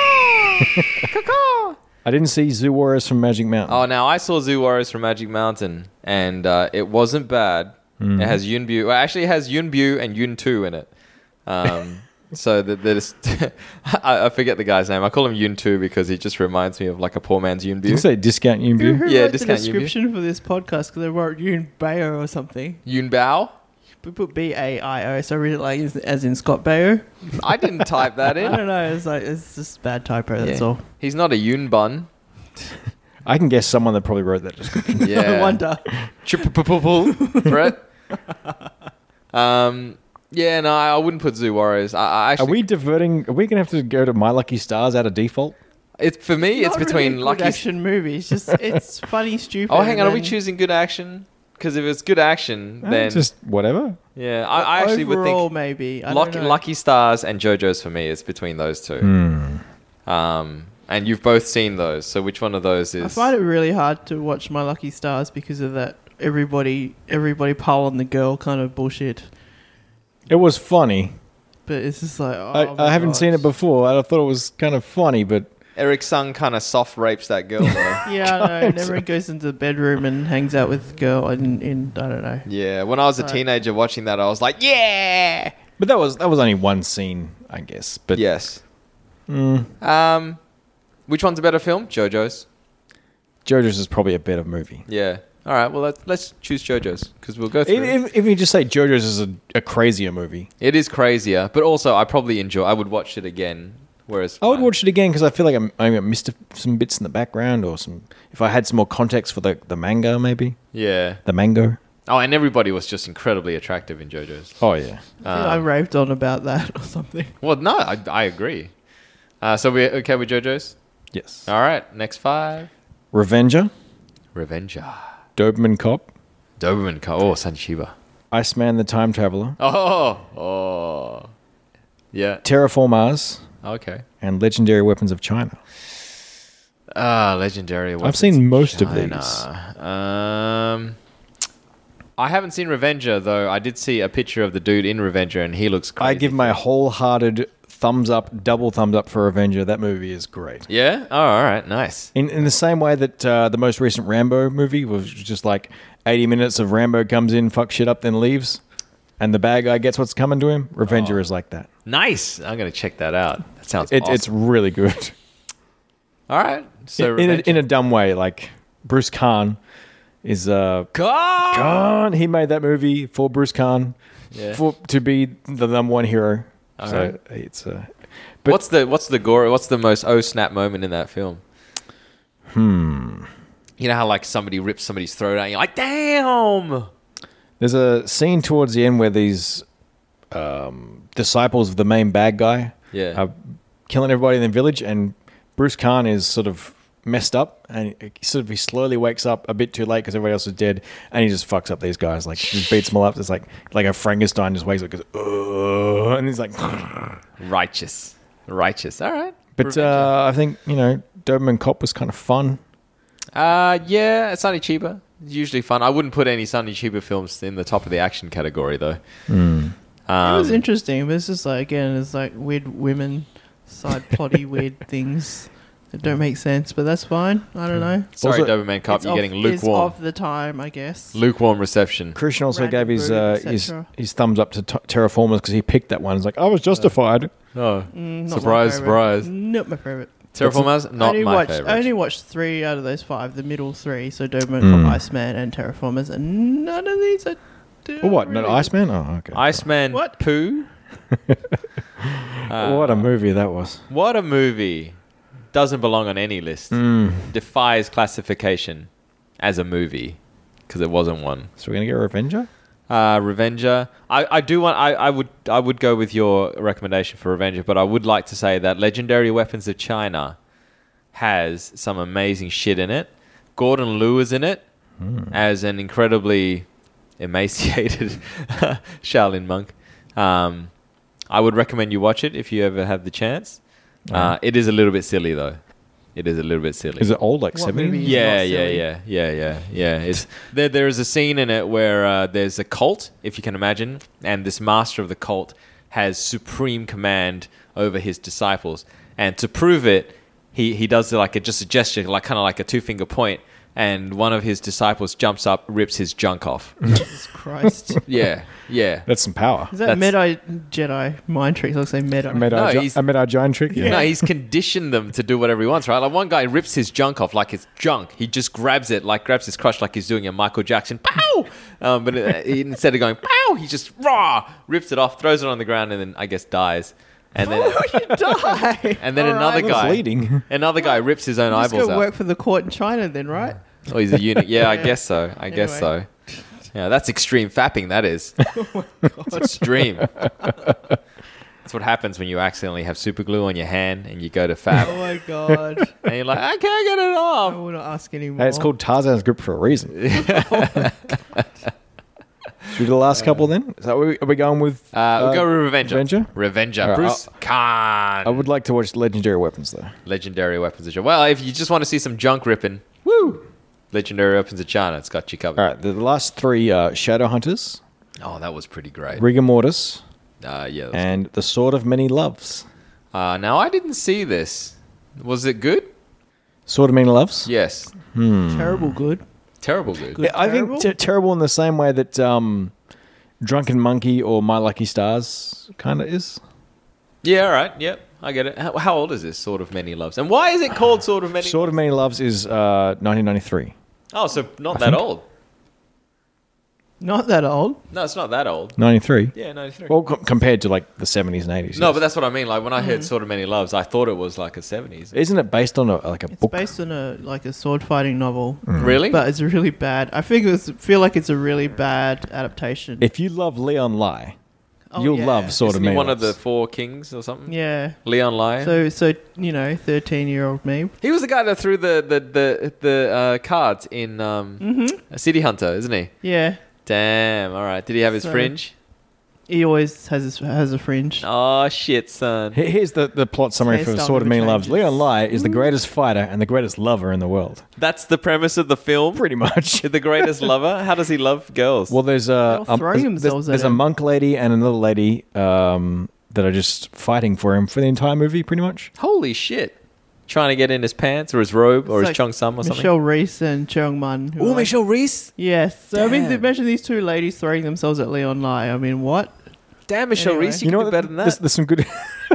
Speaker 6: I didn't see Zoo Warriors from Magic Mountain.
Speaker 5: Oh, now I saw Zoo Warriors from Magic Mountain, and uh, it wasn't bad.
Speaker 6: Mm-hmm.
Speaker 5: It has Yun Bu. Well, actually, it has Yun Bu and Yun Tu in it. Um, so that there's, I, I forget the guy's name. I call him Yun Tu because he just reminds me of like a poor man's Yun
Speaker 6: Did you
Speaker 5: Bu.
Speaker 6: say discount you
Speaker 7: Who, who
Speaker 5: Yeah,
Speaker 7: wrote the
Speaker 5: discount you, View.
Speaker 7: description for this podcast? Because they wrote Yoon Bayo or something.
Speaker 5: Yun Bao.
Speaker 7: We put B A I O, so I read it like as- as in Scott Bayo.
Speaker 5: I didn't type that
Speaker 7: I
Speaker 5: in.
Speaker 7: don't know. It's like it's just bad typo. That's
Speaker 5: Yeah.
Speaker 7: all.
Speaker 5: He's not a Yun Bun.
Speaker 6: I can guess someone that probably wrote that. description.
Speaker 5: Yeah.
Speaker 7: I wonder.
Speaker 5: Triple threat. Um. Yeah. No, I I wouldn't put Zoo Warriors. I, I
Speaker 6: Are
Speaker 5: actually.
Speaker 6: we diverting? Are we going to have to go to My Lucky Stars out of default?
Speaker 5: It's for me. it's
Speaker 7: Not
Speaker 5: between
Speaker 7: really a
Speaker 5: Lucky.
Speaker 7: good action movies. Just it's funny, stupid.
Speaker 5: oh, hang on. Are
Speaker 7: and
Speaker 5: we
Speaker 7: then-
Speaker 5: choosing good action? Because if it's good action, then
Speaker 6: Uh, just whatever.
Speaker 5: yeah, I, I actually would
Speaker 7: Overall,
Speaker 5: think
Speaker 7: maybe. I
Speaker 5: Lucky,
Speaker 7: don't know.
Speaker 5: Lucky Stars and JoJo's for me is between those two.
Speaker 6: Hmm.
Speaker 5: Um, and you've both seen those, so which one of those is?
Speaker 7: I find it really hard to watch my Lucky Stars because of that everybody, everybody pile on the girl kind of bullshit.
Speaker 6: It was funny.
Speaker 7: But it's just like oh,
Speaker 6: I, I
Speaker 7: my
Speaker 6: haven't
Speaker 7: God.
Speaker 6: seen it before. I thought it was kind of funny, but
Speaker 5: Eric Sung kind of soft rapes that girl though.
Speaker 7: Yeah, I know. And everyone goes into the bedroom and hangs out with the girl, and in I don't know.
Speaker 5: yeah, when I was a teenager watching that, I was like, yeah,
Speaker 6: but that was that was only one scene, I guess. But Mm.
Speaker 5: yes. Um, which one's a better film? JoJo's.
Speaker 6: JoJo's is probably a better movie.
Speaker 5: Yeah. All right. Well, let's let's choose JoJo's because we'll go through.
Speaker 6: If, if- if you just say JoJo's is a, a crazier movie,
Speaker 5: It is crazier, but also I probably enjoy. I would watch it again. Whereas
Speaker 6: I would
Speaker 5: my-
Speaker 6: watch it again because I feel like I'm, I missed a- some bits in the background or some. If I had some more context for the the manga, maybe
Speaker 5: Yeah.
Speaker 6: the mango.
Speaker 5: Oh, and everybody was just incredibly attractive in JoJo's.
Speaker 6: Oh yeah,
Speaker 7: I, think I
Speaker 5: Um,
Speaker 7: raved on about that or something.
Speaker 5: Well, no, I, I agree. Uh, so we're okay with JoJo's.
Speaker 6: yes.
Speaker 5: All right. Next five.
Speaker 6: Revenger,
Speaker 5: Revenger.
Speaker 6: Doberman Cop,
Speaker 5: Doberman. Co- oh, Sanchiba.
Speaker 6: Iceman the Time Traveler,
Speaker 5: Oh. Oh. Yeah.
Speaker 6: Terraform Mars,
Speaker 5: Okay.
Speaker 6: and Legendary Weapons of China.
Speaker 5: Ah, legendary. Weapons
Speaker 6: seen most of
Speaker 5: China. Um, I haven't seen Revenger though. I did see a picture of the dude in Revenger, and he looks. Crazy.
Speaker 6: I give my wholehearted thumbs up, double thumbs up for Revenger. That movie is great.
Speaker 5: Yeah. Oh, all right. Nice.
Speaker 6: In, in the same way that uh, the most recent Rambo movie was just like 80 minutes of Rambo comes in, fucks shit up, then leaves, and the bad guy gets what's coming to him, Revenger
Speaker 5: Oh,
Speaker 6: is like that.
Speaker 5: Nice. I'm gonna check that out. That sounds.
Speaker 6: It,
Speaker 5: awesome.
Speaker 6: It's really good.
Speaker 5: all right. So
Speaker 6: in, a,
Speaker 5: Revenger-
Speaker 6: in a dumb way, like Bruce Kahn is uh,
Speaker 5: God!
Speaker 6: Kahn. He made that movie for Bruce Kahn
Speaker 5: Yeah.
Speaker 6: for, to be the number one hero. so
Speaker 5: right.
Speaker 6: it's uh, but
Speaker 5: What's the what's the gore? What's the most oh snap moment in that film? Hmm.
Speaker 6: Hmm.
Speaker 5: You know how like somebody rips somebody's throat out, and you're like, damn.
Speaker 6: There's a scene towards the end where these um, disciples of the main bad guy
Speaker 5: Yeah.
Speaker 6: are killing everybody in the village, and Bruce Khan is sort of messed up, and he sort of he slowly wakes up a bit too late because everybody else is dead, and he just fucks up these guys, like just beats them all up. It's like like a Frankenstein just wakes up, goes, Ugh, and he's like.
Speaker 5: Righteous. Righteous. All right.
Speaker 6: But uh, I think you know Doberman Cop was kind of fun.
Speaker 5: Uh, yeah, Sunny Chiba. Usually fun. I wouldn't put any Sunny Chiba films in the top of the action category though.
Speaker 7: it
Speaker 5: um,
Speaker 7: was interesting, but it's just like again, it's like weird women side plotty weird things that don't make sense. But that's fine. I don't know.
Speaker 5: Sorry,
Speaker 6: Also-
Speaker 5: Doberman Cup,
Speaker 7: It's
Speaker 5: Hmm. you're
Speaker 7: of-
Speaker 5: getting
Speaker 7: it's
Speaker 5: lukewarm.
Speaker 7: of the time, I guess.
Speaker 5: lukewarm reception.
Speaker 6: Christian also
Speaker 7: Random
Speaker 6: gave his
Speaker 7: Brute,
Speaker 6: uh,
Speaker 7: et
Speaker 6: his
Speaker 7: cetera.
Speaker 6: his thumbs up to t- Terraformers because he picked that one. He's like, I was justified.
Speaker 5: Oh,
Speaker 7: Mm, Not my
Speaker 5: surprise,
Speaker 7: favorite.
Speaker 5: surprise.
Speaker 7: Not my favorite.
Speaker 5: Terraformers,
Speaker 7: I
Speaker 5: not
Speaker 7: only
Speaker 5: my
Speaker 7: watched,
Speaker 5: favorite.
Speaker 7: I only watched three out of those five, the middle three, so Doberman Cop, Iceman, and Terraformers, and none of these are.
Speaker 6: Oh, what? No,
Speaker 7: really-
Speaker 6: Iceman? Oh, okay.
Speaker 5: Iceman
Speaker 7: What?
Speaker 5: Poo. Uh,
Speaker 6: what a movie that was.
Speaker 5: What a movie. Doesn't belong on any list.
Speaker 7: Mm.
Speaker 5: Defies classification as a movie because it wasn't one.
Speaker 6: So we're going to get Revenger?
Speaker 5: Uh, Revenger. I, I do want. I, I would. I would go with your recommendation for Revenger, but I would like to say that Legendary Weapons of China has some amazing shit in it. Gordon Liu is in it as an incredibly emaciated Shaolin monk. Um, I would recommend you watch it if you ever have the chance. Uh, it is a little bit silly though. It is a little bit silly.
Speaker 6: Is it old, like
Speaker 7: What
Speaker 6: 70?
Speaker 7: movie?
Speaker 5: Yeah,
Speaker 7: not
Speaker 5: yeah,
Speaker 7: silly.
Speaker 5: yeah, yeah, yeah, yeah. It's there. There is a scene in it where uh, there's a cult, if you can imagine, and this master of the cult has supreme command over his disciples. And to prove it, he he does like a, just a gesture, like kind of like a two finger point, and one of his disciples jumps up, rips his junk off.
Speaker 7: Jesus Christ.
Speaker 5: yeah, yeah.
Speaker 6: That's some power.
Speaker 7: Is that
Speaker 5: That's-
Speaker 7: Medai Jedi mind tricks? I'll say Medai.
Speaker 6: I made,
Speaker 5: No,
Speaker 6: our,
Speaker 5: he's-
Speaker 6: gi- I made our giant trick. Yeah.
Speaker 5: No, he's conditioned them to do whatever he wants, right? Like one guy rips his junk off like it's junk. He just grabs it, like grabs his crush, like he's doing a Michael Jackson pow. Um, but uh, he- instead of going pow, he just raw rips it off, throws it on the ground, and then I guess dies. And then
Speaker 7: Oh, Die.
Speaker 5: and then
Speaker 7: All right.
Speaker 5: another
Speaker 6: That's
Speaker 5: guy,
Speaker 6: leading.
Speaker 5: another guy rips his own
Speaker 7: Just
Speaker 5: eyeballs
Speaker 7: go
Speaker 5: out.
Speaker 7: work for the court in China then, right?
Speaker 5: Oh, he's a eunuch. Yeah, I
Speaker 7: Yeah.
Speaker 5: guess so. I guess so.
Speaker 7: Anyway. Oh,
Speaker 5: Yeah, that's extreme fapping. That is. It's extreme. That's what happens when you accidentally have super glue on your hand and you go to fab
Speaker 7: Oh my god!
Speaker 5: and you're like, I can't get it
Speaker 7: I
Speaker 5: off.
Speaker 7: will not ask anymore.
Speaker 6: Hey, it's called Tarzan's grip for a reason.
Speaker 5: Oh
Speaker 6: Should we do the last couple then? Is that where we, are we going with?
Speaker 5: Uh, we'll go with Revenger.
Speaker 6: Revenger?
Speaker 5: Revenger.
Speaker 6: All right, Oh.
Speaker 5: Bruce Khan.
Speaker 6: I would like to watch Legendary Weapons though.
Speaker 5: Legendary Weapons of China. Well, if you just want to see some junk ripping, woo! Legendary Weapons of China. It's got you covered.
Speaker 6: All right, the last three uh, Shadow Hunters,
Speaker 5: Oh, that was pretty great.
Speaker 6: Rigor Mortis,
Speaker 5: Uh, yeah. that was-
Speaker 6: and The Sword of Many Loves.
Speaker 5: Uh, now, I didn't see this. Was it good?
Speaker 6: Sword of Many Loves.
Speaker 5: Yes.
Speaker 7: terrible good.
Speaker 5: Terrible good.
Speaker 6: Yeah, I think ter- terrible in the same way that um, Drunken Monkey or My Lucky Stars kind of is.
Speaker 5: Yeah, all right. Yep. I get it. How, how old is this Sword of Many Loves? And why is it called Sword of Many
Speaker 6: Sword of Many Loves is uh, 1993.
Speaker 5: Oh, so not that old.
Speaker 7: Not that old.
Speaker 5: No, it's not that old.
Speaker 6: 93.
Speaker 5: Yeah, 93.
Speaker 6: Well, com- compared to like the 70s and 80s.
Speaker 5: no,
Speaker 6: yes.
Speaker 5: but that's what I mean. Like, when I
Speaker 6: Mm-hmm.
Speaker 5: heard Sword of Many Loves, I thought it was like a 70s.
Speaker 6: isn't it based on a, like a
Speaker 7: It's
Speaker 6: book?
Speaker 7: based on a like a sword fighting novel,
Speaker 6: Mm-hmm.
Speaker 5: Really?
Speaker 7: but it's really bad. I think it's feel like it's a really bad adaptation.
Speaker 6: If you love Leon Lai,
Speaker 7: Oh,
Speaker 6: you'll
Speaker 7: yeah.
Speaker 6: love Sword
Speaker 5: Isn't
Speaker 6: of
Speaker 5: he
Speaker 6: Many
Speaker 5: one of
Speaker 6: Loves.
Speaker 5: the four kings or something?
Speaker 7: yeah.
Speaker 5: Leon Lyon?
Speaker 7: So so you know, thirteen year old me.
Speaker 5: He was the guy that threw the the the, the uh, cards in um,
Speaker 7: Mm-hmm.
Speaker 5: City Hunter, isn't he?
Speaker 7: Yeah,
Speaker 5: Damn. All right. Did he have his
Speaker 7: So-
Speaker 5: fringe?
Speaker 7: he always has his, has a fringe.
Speaker 5: Oh shit, son.
Speaker 6: Here- Here's the, the plot summary
Speaker 7: Taste
Speaker 6: for
Speaker 7: of
Speaker 6: Sword of
Speaker 7: the
Speaker 6: Many Loves.
Speaker 7: Changes.
Speaker 6: Leon Lai is the greatest fighter and the greatest lover in the world.
Speaker 5: That's the premise of the film.
Speaker 6: Pretty much.
Speaker 5: The greatest lover. How does he love girls?
Speaker 6: Well, there's a,
Speaker 7: They're all
Speaker 6: um,
Speaker 7: throwing
Speaker 6: there's,
Speaker 7: themselves at
Speaker 6: there's a
Speaker 7: him.
Speaker 6: monk lady and another lady um, that are just fighting for him for the entire movie, pretty much.
Speaker 5: holy shit. Trying to get in his pants or his robe or his
Speaker 7: It's like
Speaker 5: Chung Sum or something.
Speaker 7: Michelle Reese and Cheung Man.
Speaker 5: Oh, Michelle Reese.
Speaker 7: Yes. So I mean,
Speaker 5: Damn.
Speaker 7: th- imagine these two ladies throwing themselves at Leon Lai. I mean, what?
Speaker 5: Damn, Michelle
Speaker 7: Anyway.
Speaker 5: Reese. You,
Speaker 6: You know
Speaker 5: can do
Speaker 6: what?
Speaker 5: better than that.
Speaker 6: There's, there's some good.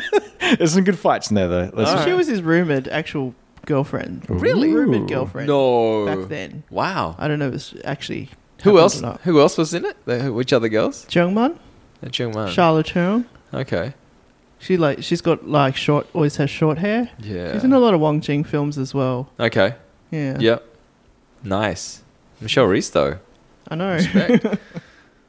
Speaker 6: there's some good fights in there, though. There's-
Speaker 7: She was his rumored actual girlfriend.
Speaker 5: Really?
Speaker 7: Rumored girlfriend.
Speaker 5: no.
Speaker 7: Back then,
Speaker 5: Wow.
Speaker 7: I don't know if it's actually.
Speaker 5: Who
Speaker 7: happened
Speaker 5: else?
Speaker 7: or not.
Speaker 5: Who else was in it? The- who- Which other girls?
Speaker 7: Cheung Man,
Speaker 5: Uh, Chung Man.
Speaker 7: Charlotte Cheung.
Speaker 5: Okay.
Speaker 7: She like she's got like short. Always has short hair.
Speaker 5: Yeah.
Speaker 7: She's in a lot of Wong Jing films as well.
Speaker 5: Okay.
Speaker 7: Yeah.
Speaker 5: Yep. Nice. Michelle Reese, though.
Speaker 7: I know.
Speaker 5: Respect.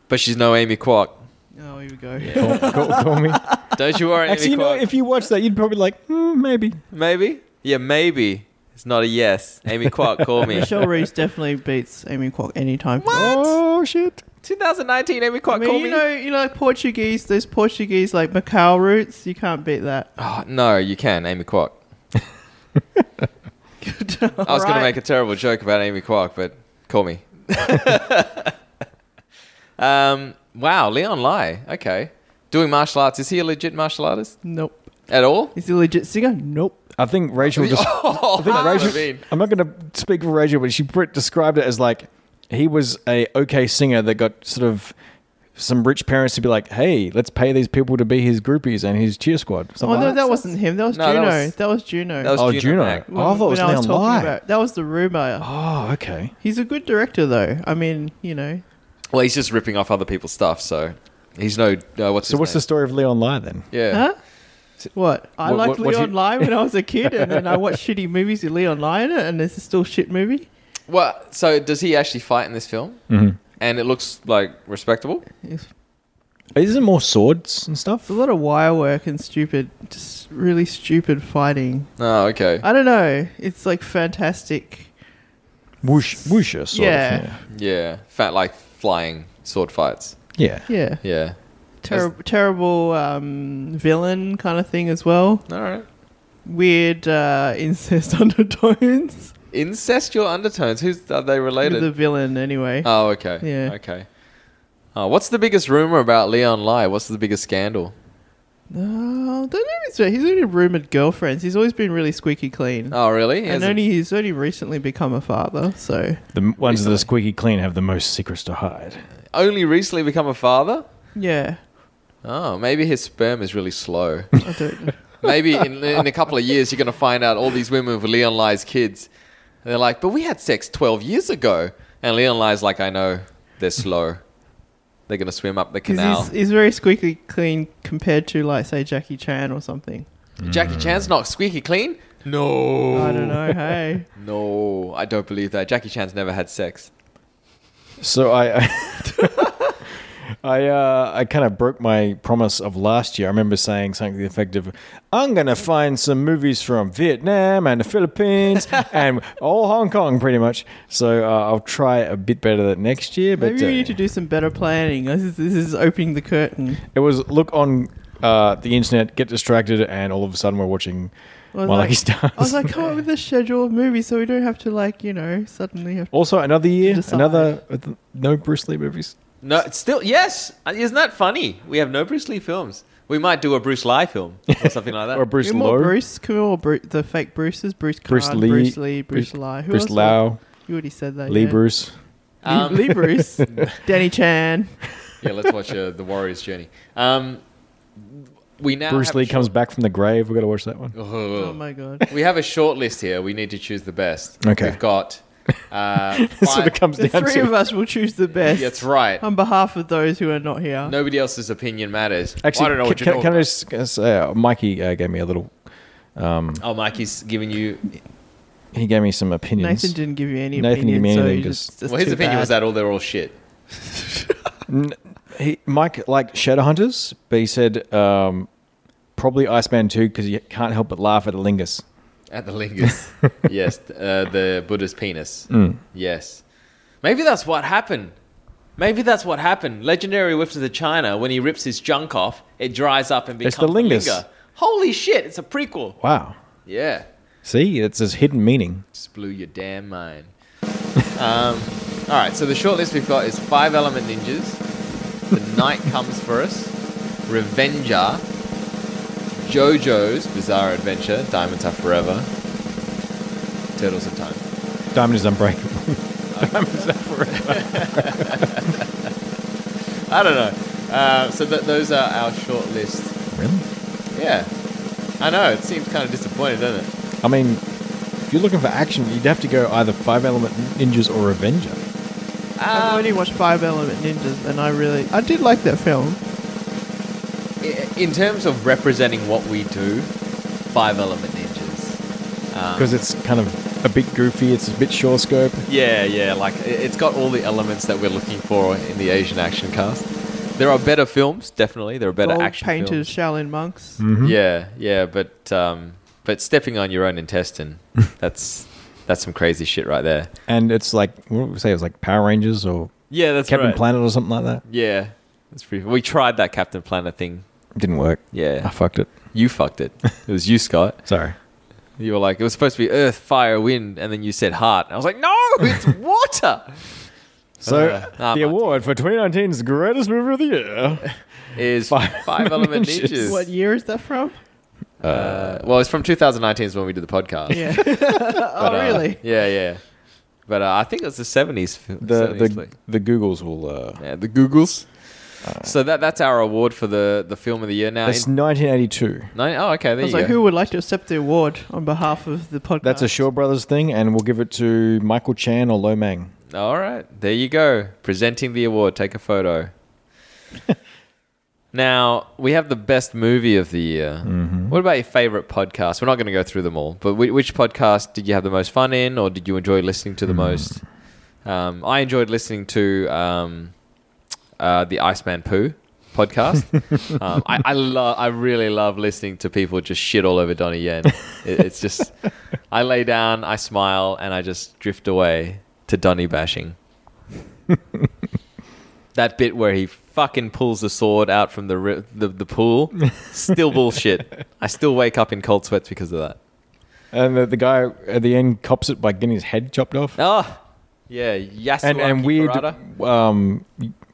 Speaker 5: but she's no Amy Kwok.
Speaker 7: oh, here we go.
Speaker 6: Call, call- call me.
Speaker 5: Don't you worry,
Speaker 6: Actually, you
Speaker 5: Amy
Speaker 6: know,
Speaker 5: Kwok.
Speaker 6: if you watch that, you'd probably like, "Hmm, maybe.
Speaker 5: maybe? Yeah, maybe. It's not a yes. Amy Kwok, call me.
Speaker 7: Michelle Reese definitely beats Amy Kwok anytime.
Speaker 6: Oh shit!
Speaker 5: 2019, Amy Kwok,
Speaker 7: I mean,
Speaker 5: call
Speaker 7: you
Speaker 5: me.
Speaker 7: know, you know, like Portuguese, those Portuguese like Macau roots, you can't beat that.
Speaker 5: Oh, no, you can, Amy Kwok. I was going to make a terrible joke about Amy Kwok, but call me. um, wow, Leon Lai. Okay. Doing martial arts. Is he a legit martial artist
Speaker 7: Nope.
Speaker 5: at all?
Speaker 7: Is he a legit singer? Oh, Nope.
Speaker 6: I think Rachel. Just,
Speaker 5: Oh,
Speaker 6: I think
Speaker 5: that's
Speaker 6: Rachel.
Speaker 5: what I mean.
Speaker 6: I'm not going to speak for Rachel, but she pr- described it as like he was a okay singer that got sort of some rich parents to be like, "Hey, let's pay these people to be his groupies and his cheer squad."
Speaker 7: Oh
Speaker 6: Something
Speaker 7: no,
Speaker 6: like
Speaker 7: that wasn't him. That was
Speaker 5: No, that
Speaker 7: Juno. That
Speaker 5: was-
Speaker 7: was, Juno.
Speaker 5: that was-
Speaker 6: Oh,
Speaker 5: Juno
Speaker 6: Juno.
Speaker 5: Mack.
Speaker 6: Oh, I thought it was
Speaker 7: When I
Speaker 6: Leon Lai.
Speaker 7: about- that was the rumor.
Speaker 6: Oh, okay.
Speaker 7: He's a good director, though. I mean, you know,
Speaker 5: Well, he's just ripping off other people's stuff, so he's no. Uh, what's
Speaker 6: So
Speaker 5: his
Speaker 6: what's the
Speaker 5: name?
Speaker 6: story of Leon Lai then?
Speaker 5: Yeah.
Speaker 7: huh? What? I
Speaker 6: What-
Speaker 7: liked
Speaker 6: what- what's
Speaker 7: Leon
Speaker 6: he-
Speaker 7: Lai when I was a kid, and then I watched shitty movies with Leon Lai in it, and this is still a shit movie.
Speaker 5: Well, so does he actually fight in this film?
Speaker 6: Mhm.
Speaker 5: And it looks like respectable.
Speaker 7: It's
Speaker 6: Isn't it more swords and stuff?
Speaker 7: a lot of wire work and stupid, just really stupid fighting.
Speaker 5: Oh, okay.
Speaker 7: I don't know. It's like fantastic.
Speaker 6: Whoosh, whoosher sort
Speaker 7: Yeah.
Speaker 6: of. Yeah.
Speaker 5: yeah, fat like flying sword fights.
Speaker 6: Yeah.
Speaker 7: Yeah.
Speaker 5: Yeah.
Speaker 7: Ter- terrible um, villain kind of thing as well.
Speaker 5: All right.
Speaker 7: Weird uh, incest undertones.
Speaker 5: Incestual undertones. Who's are they
Speaker 7: With
Speaker 5: related?
Speaker 7: the villain, anyway.
Speaker 5: oh, okay.
Speaker 7: Yeah.
Speaker 5: Okay. Oh, what's the biggest rumor about Leon Lai? What's the biggest scandal?
Speaker 7: No, Uh, don't know if it's- He's only rumored girlfriends. He's always been really squeaky clean.
Speaker 5: Oh, really? He
Speaker 7: and
Speaker 5: hasn't-
Speaker 7: only he's only recently become a father, so
Speaker 6: The m- ones that are squeaky clean have the most secrets to hide.
Speaker 5: only recently become a father.
Speaker 7: yeah.
Speaker 5: Oh, maybe his sperm is really slow.
Speaker 7: I don't.
Speaker 5: Maybe in, in a couple of years, you're going to find out all these women with Leon Lai's kids. And they're like, but we had sex 12 years ago. And Leon Lai's like, I know, they're slow. They're going to swim up the
Speaker 7: Because
Speaker 5: canal.
Speaker 7: he's, he's very squeaky clean compared to like say Jackie Chan or something.
Speaker 6: Mm.
Speaker 5: Jackie Chan's not squeaky clean? No.
Speaker 7: I don't know. Hey,
Speaker 5: No, I don't believe that. Jackie Chan's never had sex.
Speaker 6: So I, I, I uh, I kind of broke my promise of last year. I remember saying something to the effect of, "I'm gonna find some movies from Vietnam and the Philippines and all Hong Kong, pretty much." So uh, I'll try a bit better that next year. But
Speaker 7: Maybe we
Speaker 6: uh,
Speaker 7: need to do some better planning. This is, this is opening the curtain.
Speaker 6: it was look on uh, the internet, get distracted, and all of a sudden we're watching
Speaker 7: I was
Speaker 6: My
Speaker 7: like-
Speaker 6: Lucky Stars.
Speaker 7: I was like, come up with a schedule of movies so we don't have to like you know suddenly have.
Speaker 6: also, another year,
Speaker 7: decide.
Speaker 6: another uh, no Bruce Lee movies.
Speaker 5: No, it's still yes. Uh, Isn't that funny? We have no Bruce Lee films. We might do a Bruce Lee film or something like that.
Speaker 6: Or Bruce
Speaker 7: Can we more
Speaker 6: Lowe,
Speaker 7: Bruce, can we more Bru- the fake Bruces, Bruce Card,
Speaker 6: Bruce
Speaker 7: Bruce
Speaker 6: Lee,
Speaker 7: Lee, Bruce Lee,
Speaker 6: Bruce-
Speaker 7: Bruce, Lai. Who
Speaker 6: Bruce
Speaker 7: else?
Speaker 6: Lau,
Speaker 7: You already said that.
Speaker 6: Lee
Speaker 7: yeah.
Speaker 6: Bruce.
Speaker 5: Um,
Speaker 7: Lee Bruce, Danny Chan.
Speaker 5: yeah, let's watch uh, the Warriors' journey. Um, we now
Speaker 6: Bruce
Speaker 5: have
Speaker 6: Lee
Speaker 5: a
Speaker 6: comes back from the grave. We've got to watch that one.
Speaker 7: Oh my god.
Speaker 5: We have a short list here. We need to choose the best.
Speaker 6: Okay.
Speaker 5: We've got. Uh,
Speaker 6: That's what
Speaker 5: five-
Speaker 6: it comes
Speaker 7: The
Speaker 6: down
Speaker 7: three of
Speaker 6: to.
Speaker 7: us will choose the best.
Speaker 5: That's right.
Speaker 7: On behalf of those who are not here.
Speaker 5: Nobody else's opinion matters.
Speaker 6: Actually,
Speaker 5: I don't know
Speaker 6: can,
Speaker 5: what you're
Speaker 6: can-
Speaker 5: talking
Speaker 6: can I just can I say, uh, Mikey uh, gave me a little.
Speaker 5: about. Oh, Mikey's giving you.
Speaker 6: He gave me some opinions.
Speaker 7: Nathan didn't give you any
Speaker 6: Nathan didn't give
Speaker 7: opinion.
Speaker 6: me
Speaker 7: so
Speaker 6: anything,
Speaker 7: you
Speaker 6: just-
Speaker 7: just, that's
Speaker 5: well, his
Speaker 7: too
Speaker 5: opinion
Speaker 7: bad.
Speaker 5: was that all they're all shit.
Speaker 6: He, Mike liked Shadowhunters, but he said um, probably Iceman 2 because you can't help but laugh at the Lingus.
Speaker 5: At the lingus. yes, uh, the Buddha's penis.
Speaker 6: Mm.
Speaker 5: Yes. Maybe that's what happened. Maybe that's what happened. Legendary Whiffs of China, when he rips his junk off, it dries up and becomes
Speaker 6: the lingus.
Speaker 5: linga. Holy shit, it's a prequel.
Speaker 6: Wow.
Speaker 5: Yeah.
Speaker 6: See, it's this hidden meaning.
Speaker 5: Just blew your damn mind. um, all right, so the short list we've got is Five Element Ninjas, The Night Comes For Us, Revenger, JoJo's Bizarre Adventure, Diamonds Are Forever, Turtles in Time.
Speaker 6: Diamond is unbreakable.
Speaker 5: I don't know. Uh, so th- those are our short list.
Speaker 6: really?
Speaker 5: Yeah. I know, it seems kind of disappointing, doesn't it?
Speaker 6: I mean, if you're looking for action, you'd have to go either Five Element Ninjas or Avenger.
Speaker 7: I've only
Speaker 6: Ah.
Speaker 7: watched Five Element Ninjas, and I really, I did like that film.
Speaker 5: I- In terms of representing what we do, Five Element Ninjas. Ah.
Speaker 6: Because it's kind of a bit goofy, it's a bit short scope.
Speaker 5: Yeah, yeah, like i- it's got all the elements that we're looking for in the Asian action cast. There are better films, definitely. There are better
Speaker 7: Gold
Speaker 5: action
Speaker 7: painted
Speaker 5: films.
Speaker 7: Shaolin monks.
Speaker 6: Mm.
Speaker 5: Yeah, yeah, but um, but stepping on your own intestine, that's that's some crazy shit right there.
Speaker 6: And it's like, what did we say? It was like Power Rangers or
Speaker 5: Yeah, that's
Speaker 6: Captain Planet or something like that.
Speaker 5: Yeah, that's pretty. We tried that Captain Planet thing.
Speaker 6: Didn't work. I
Speaker 5: Yeah,
Speaker 6: fucked it.
Speaker 5: you fucked it. It was you, Scott.
Speaker 6: Sorry.
Speaker 5: You were like, it was supposed to be Earth, Fire, Wind, and then you said Heart. I was like, no, it's water.
Speaker 6: So
Speaker 5: Uh, nah, Martin.
Speaker 6: the award for 2019's greatest movie of the year.
Speaker 5: Is
Speaker 6: Five
Speaker 5: Five, Element
Speaker 6: Ninjas.
Speaker 5: Ninjas.
Speaker 7: What year is that from?
Speaker 5: Uh, well, it's from 2019 is when we did the podcast.
Speaker 7: Yeah.
Speaker 5: But,
Speaker 7: oh,
Speaker 5: uh,
Speaker 7: really?
Speaker 5: Yeah, yeah. But uh, I think it was the 70s. fi-
Speaker 6: The
Speaker 5: 70s
Speaker 6: the,
Speaker 5: flick.
Speaker 6: the Googles will. Uh,
Speaker 5: yeah, the Googles.
Speaker 7: Uh,
Speaker 5: so that that's our award for the, the film of the year now.
Speaker 6: that's
Speaker 5: In,
Speaker 6: 1982.
Speaker 5: nine, oh, okay, there
Speaker 7: I was
Speaker 5: you
Speaker 7: like,
Speaker 5: go.
Speaker 7: who would like to accept the award on behalf of the podcast?
Speaker 6: That's a Shaw Brothers thing, and we'll give it to Michael Chan or Lo Mang.
Speaker 5: All right, there you go. Presenting the award. Take a photo. now we have the best movie of the year.
Speaker 7: Mm-hmm.
Speaker 5: What about your favorite podcast? We're not going to go through them all, but whi- which podcast did you have the most fun in, or did you enjoy listening
Speaker 7: Hmm.
Speaker 5: to the most? Um, I enjoyed listening to um, uh, the Iceman Poo podcast. um, I, I love, I really love listening to people just shit all over Donnie Yen. It, it's just, I lay down, I smile, and I just drift away to Donnie bashing. that bit where he fucking pulls the sword out from the ri- the, the pool, still bullshit. I still wake up in cold sweats because of that.
Speaker 6: And the, the guy at the end cops it by getting his head chopped off.
Speaker 5: Oh, yeah, Yasuraki
Speaker 6: and and weird.
Speaker 5: Parada.
Speaker 6: Um,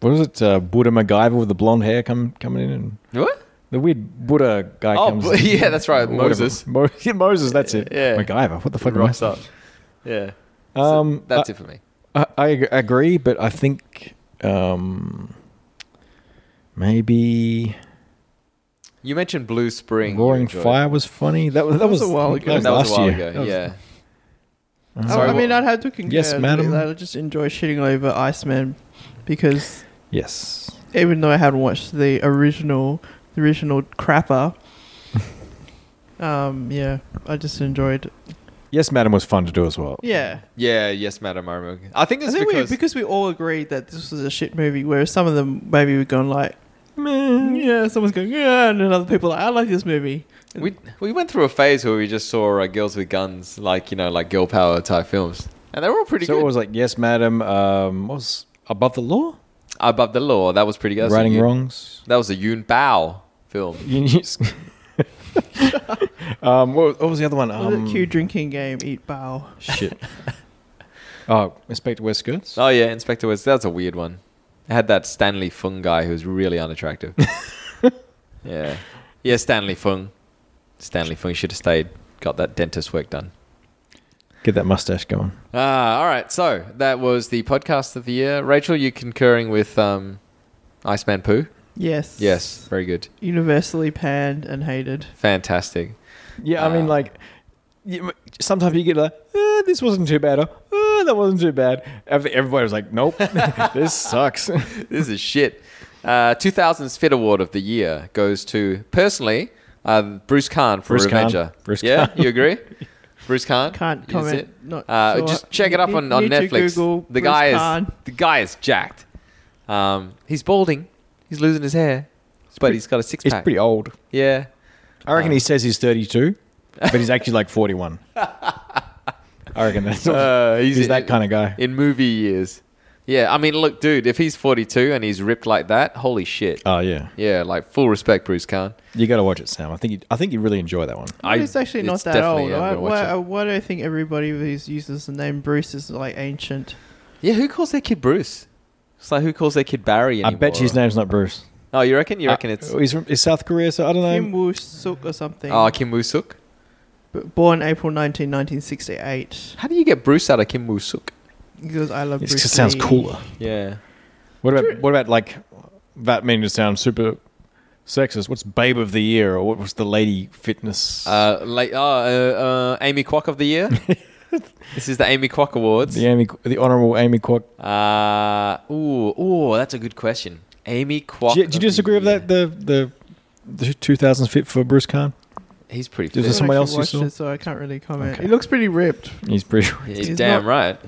Speaker 6: what was it? Uh, Buddha MacGyver with the blonde hair come coming in, and
Speaker 5: What?
Speaker 6: the weird Buddha guy
Speaker 5: Oh,
Speaker 6: comes.
Speaker 5: Bu- yeah, that's right,
Speaker 6: Whatever.
Speaker 5: Moses.
Speaker 6: Mo- yeah, Moses, that's it.
Speaker 5: Yeah.
Speaker 6: MacGyver. What the fuck? am I
Speaker 5: Rocks up.
Speaker 6: saying?
Speaker 5: Yeah. So
Speaker 6: Um,
Speaker 5: that's
Speaker 6: I-
Speaker 5: it for me.
Speaker 6: I, I ag- agree, but I think um, maybe
Speaker 5: You mentioned Blue Spring. you
Speaker 6: Roaring
Speaker 5: enjoyed.
Speaker 6: Fire was funny. That was that, was,
Speaker 7: was a while ago.
Speaker 6: That was,
Speaker 5: That was a
Speaker 6: last
Speaker 5: while
Speaker 6: year.
Speaker 5: ago.
Speaker 6: That was-
Speaker 5: yeah.
Speaker 7: I-
Speaker 5: Sorry,
Speaker 7: Oh, I
Speaker 5: what-
Speaker 7: mean, I'd have to concur.
Speaker 6: Yes, madam.
Speaker 7: that I just enjoy shitting over Iceman because
Speaker 6: Yes.
Speaker 7: even though I had watched the original, the original crapper, um, yeah, I just enjoyed
Speaker 6: Yes, Madam was fun to do as well.
Speaker 7: Yeah.
Speaker 5: Yeah, yes, Madam. I remember. I think
Speaker 7: I
Speaker 5: it's
Speaker 7: think
Speaker 5: because,
Speaker 7: we because we all agreed that this was a shit movie, whereas some of them maybe we've gone like, "Meh," yeah, someone's going, yeah, and then other people are like, I like this movie.
Speaker 5: we we went through a phase where we just saw uh, girls with guns, like you know, like girl power type films, and they were all pretty
Speaker 6: So
Speaker 5: good.
Speaker 6: it was like, yes, Madam. Um, what was above the law?
Speaker 5: Above the law, that was pretty good. That was a
Speaker 6: Righting
Speaker 5: Yoon-
Speaker 6: wrongs.
Speaker 5: That was a Yoon Bao film.
Speaker 6: um, what, what was the other one?
Speaker 7: Was
Speaker 6: Um,
Speaker 7: it cue drinking game, eat bow.
Speaker 6: Shit. oh, Inspector Wear Skirts.
Speaker 5: Oh yeah, Inspector West. That's a weird one. It had that Stanley Fung guy who was really unattractive. yeah, yeah, Stanley Fung. Stanley Fung should have stayed. Got that dentist work done.
Speaker 6: Get that mustache going.
Speaker 5: Ah, all right. So that was the podcast of the year. Rachel, you concurring with um, Iceman Poo?
Speaker 7: Yes.
Speaker 5: Yes, very good,
Speaker 7: Universally panned and hated.
Speaker 5: fantastic.
Speaker 6: Yeah, I mean,
Speaker 5: Ah.
Speaker 6: like, you, m- sometimes you get like, eh, this wasn't too bad. Or, eh, that wasn't too bad. Ev- Everybody was like, nope, this sucks.
Speaker 5: This is shit. Uh, 2000's Fit Award of the year goes to personally um, Bruce Kahn for
Speaker 6: Bruce Kahn.
Speaker 5: Revenger.
Speaker 6: Bruce
Speaker 5: yeah,
Speaker 6: Kahn.
Speaker 5: you agree? Bruce Kahn.
Speaker 7: Can't
Speaker 5: Is
Speaker 7: comment.
Speaker 5: it?
Speaker 7: Not
Speaker 5: Uh,
Speaker 7: sure.
Speaker 5: Just check it up
Speaker 7: Need-
Speaker 5: on, on
Speaker 7: need to
Speaker 5: Netflix.
Speaker 7: Google
Speaker 5: the
Speaker 7: Bruce
Speaker 5: guy is
Speaker 7: Kahn.
Speaker 5: the guy is jacked. Um, he's balding. He's losing his hair, but he's got a six
Speaker 6: It's
Speaker 5: pack.
Speaker 6: pretty old.
Speaker 5: yeah.
Speaker 6: I reckon he says he's 32, but he's actually like 41. I reckon that's
Speaker 5: Uh,
Speaker 6: he's, that kind of guy.
Speaker 5: in movie years. Yeah, I mean, look, dude, if he's 42 and he's ripped like that, holy shit.
Speaker 6: Oh yeah,
Speaker 5: yeah, like full respect, Bruce Kahn.
Speaker 6: you got to watch it, Sam. I think you, I think you really enjoy that one.
Speaker 5: I-
Speaker 7: it's actually not
Speaker 5: it's
Speaker 7: that
Speaker 5: definitely-
Speaker 7: old.
Speaker 5: I'm
Speaker 7: Why,
Speaker 5: gonna watch
Speaker 7: why,
Speaker 5: it.
Speaker 7: why do I think everybody who uses the name Bruce is like ancient?
Speaker 5: Yeah, who calls their kid Bruce? It's like who calls their kid Barry anymore?
Speaker 6: I bet you his name's not Bruce.
Speaker 5: Oh, you reckon? You reckon it's
Speaker 6: Uh, he's from he's South Korea, so I don't know.
Speaker 7: Kim Woo Suk or something.
Speaker 5: Um, oh Kim Woo Suk?
Speaker 7: B- Born April 19, 1968.
Speaker 5: How do you get Bruce out of Kim Woo Suk?
Speaker 7: Because I love
Speaker 6: it
Speaker 7: Bruce.
Speaker 6: just sounds
Speaker 7: Lee.
Speaker 6: cooler.
Speaker 5: Yeah,
Speaker 6: What about what about like that? Meaning to sound super sexist. What's Babe of the Year or what was the Lady Fitness?
Speaker 5: uh, like oh, uh, uh, Amy Kwok of the year. this is the Amy Kwok Awards.
Speaker 6: the Amy, the Honorable Amy Kwok.
Speaker 5: Uh, ooh, ooh, that's a good question. Amy Kwok.
Speaker 6: Do you, do you
Speaker 5: of the
Speaker 6: disagree with
Speaker 5: year.
Speaker 6: that? The the the 2000s fit for Bruce Khan.
Speaker 5: He's pretty.
Speaker 6: Does
Speaker 7: I
Speaker 5: fit.
Speaker 6: this-
Speaker 7: haven't
Speaker 6: Someone
Speaker 7: actually
Speaker 6: else you
Speaker 7: watched
Speaker 6: saw?
Speaker 7: It, so I can't really comment.
Speaker 6: Okay.
Speaker 7: He looks pretty ripped.
Speaker 6: He's pretty.
Speaker 5: He's,
Speaker 7: he's
Speaker 5: damn
Speaker 7: not-
Speaker 5: right.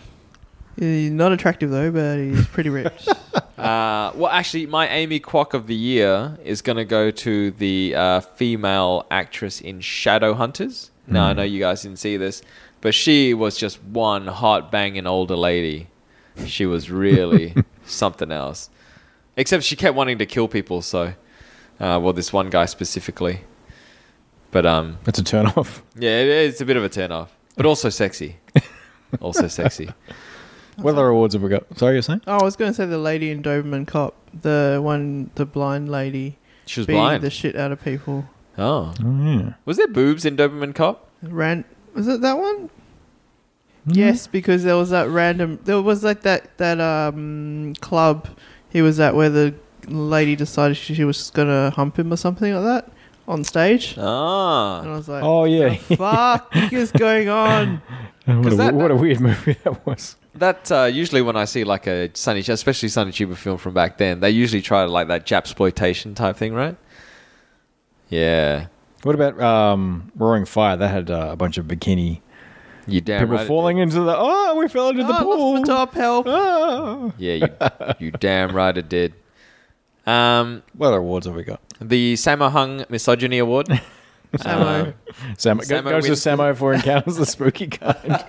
Speaker 7: He's not attractive though, but he's pretty ripped.
Speaker 5: Uh, well, actually, my Amy Kwok of the year is going to go to the uh, female actress in Shadowhunters. Now, I know you guys didn't see this, but she was just one hot banging older lady. She was really something else. Except she kept wanting to kill people, so. Uh, well, this one guy specifically. But, um,
Speaker 6: That's a turn off.
Speaker 5: yeah, it, it's a bit of a turn off. But also sexy. also sexy.
Speaker 6: What other awards have we got? Sorry, you're saying?
Speaker 7: oh, I was going to say the lady in Doberman Cop, the one, the blind lady,
Speaker 5: She was
Speaker 7: beating
Speaker 5: blind.
Speaker 7: the shit out of people.
Speaker 5: oh.
Speaker 6: yeah.
Speaker 5: Was there boobs in Doberman Cop?
Speaker 7: Ran was it that one?
Speaker 6: Hmm?
Speaker 7: Yes, because there was that random. There was like that that um club he was at where the lady decided she, she was gonna hump him or something like that on stage, and
Speaker 5: Ah,
Speaker 7: I was like,
Speaker 6: Oh yeah.
Speaker 7: "Fuck, is going on?"
Speaker 6: What a,
Speaker 5: that-
Speaker 6: what a weird movie that was.
Speaker 5: that uh, usually when I see like a Sunny, especially Sunny Chiba film from back then, they usually try to like that Japsploitation type thing, right? Yeah,
Speaker 6: What about um, Roaring Fire? That had uh, a bunch of bikini
Speaker 5: you damn
Speaker 6: people
Speaker 5: right it
Speaker 6: falling into the. Oh, we fell into the
Speaker 7: Oh,
Speaker 6: pool.
Speaker 7: what's the top help?
Speaker 6: Ah.
Speaker 5: did. Yeah, you, you damn right it did. Um,
Speaker 6: What other awards have we got?
Speaker 5: the Samohung Misogyny Award.
Speaker 7: Samo.
Speaker 6: Sam,
Speaker 5: Samo
Speaker 6: goes to
Speaker 5: wins.
Speaker 6: Samo for encounters the spooky kind.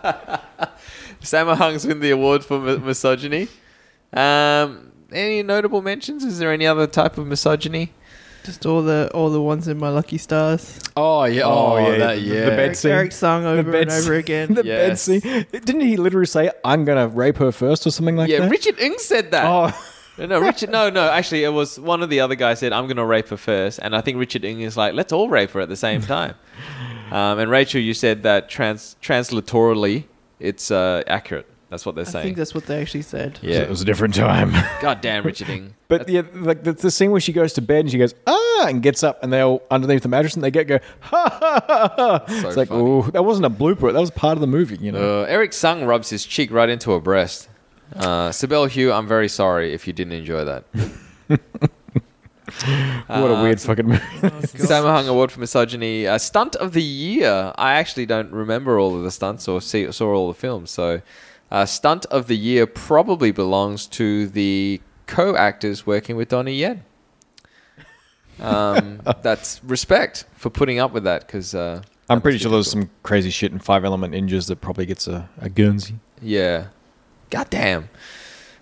Speaker 5: Samohung's win the award for mi- misogyny. Um, any notable mentions? Is there any other type of misogyny?
Speaker 7: Just all the all the ones in my lucky stars.
Speaker 5: Oh yeah,
Speaker 6: Oh, yeah, the- the bed
Speaker 7: Eric,
Speaker 6: Scene.
Speaker 7: Eric sung over and
Speaker 6: bed
Speaker 7: over
Speaker 6: scene.
Speaker 7: again.
Speaker 6: the bed
Speaker 5: Yes.
Speaker 6: scene. Didn't he literally say, "I'm gonna rape her first or something like
Speaker 5: yeah.
Speaker 6: that?
Speaker 5: Richard Ng said that.
Speaker 6: Oh,
Speaker 5: No, no, Richard. No, no. Actually, it was one of the other guys said, "I'm going to rape her first. and I think Richard Ng is like, "Let's all rape her at the same time." um, and Rachel, you said that trans translatorily, it's uh, accurate. That's what they're
Speaker 7: I
Speaker 5: saying.
Speaker 7: think that's what they actually said.
Speaker 6: it
Speaker 5: yeah.
Speaker 6: was a different time.
Speaker 5: God damn, Richard Ng.
Speaker 6: but yeah, like the, the scene where she goes to bed and she goes ah and gets up and they all underneath the mattress and they get go ha ha ha ha. it's like
Speaker 5: funny.
Speaker 6: oh that wasn't a blooper. That was part of the movie. You
Speaker 5: Uh,
Speaker 6: know.
Speaker 5: Eric Sung rubs his cheek right into her breast. Uh, Sibel Hugh, I'm very sorry if you didn't enjoy that.
Speaker 6: What a
Speaker 5: Uh,
Speaker 6: weird fucking movie.
Speaker 5: Sammo Hung Award for Misogyny. Uh, stunt of the Year. I actually don't remember all of the stunts or see, saw all the films. So, uh, Stunt of the Year probably belongs to the co actors working with Donnie Yen. Um, that's respect for putting up with that because, uh,
Speaker 6: I'm pretty sure there's some crazy shit in Five Element Ninjas that probably gets a, a Guernsey.
Speaker 5: yeah. Goddamn.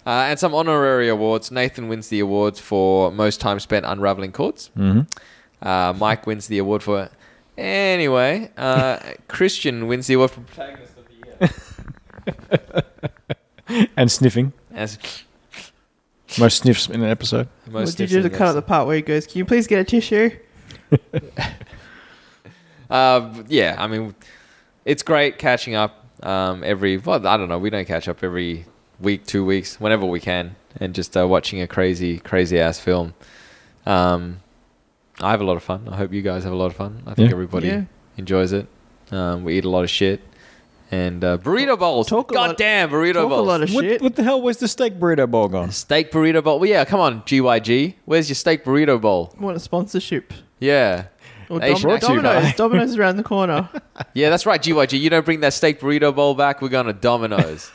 Speaker 5: Uh, and some honorary awards. Nathan wins the awards for most time spent unraveling chords. Uh, Mike wins the award for. Anyway, uh, Christian wins the award for protagonist of the year.
Speaker 6: And sniffing.
Speaker 5: As
Speaker 6: Most sniffs in an episode.
Speaker 5: most
Speaker 7: what did you do to cut out the part where he goes, Can you please get a tissue?
Speaker 5: Uh, yeah, I mean, it's great catching up um, every. Well, I don't know. We don't catch up every week, two weeks, whenever we can, and just uh, watching a crazy, crazy ass film. Um, I have a lot of fun. I hope you guys have a lot of fun. I think
Speaker 6: Yeah.
Speaker 5: everybody
Speaker 7: Yeah.
Speaker 5: enjoys it. Um, we eat a lot of shit. And uh, burrito bowls.
Speaker 7: Talk a lot-
Speaker 5: Goddamn, burrito
Speaker 7: Talk a
Speaker 5: bowls.
Speaker 7: lot of
Speaker 6: What,
Speaker 7: shit.
Speaker 6: what the hell? Where's the steak burrito bowl gone?
Speaker 5: steak burrito bowl. Well, yeah, come on, GYG. Where's your steak burrito bowl?
Speaker 7: want a sponsorship.
Speaker 5: Yeah.
Speaker 7: Or
Speaker 5: They should
Speaker 7: Dom-
Speaker 5: actually
Speaker 7: Domino's. Domino's is around the corner.
Speaker 5: Yeah, that's right, GYG. You don't bring that steak burrito bowl back, we're going to Domino's.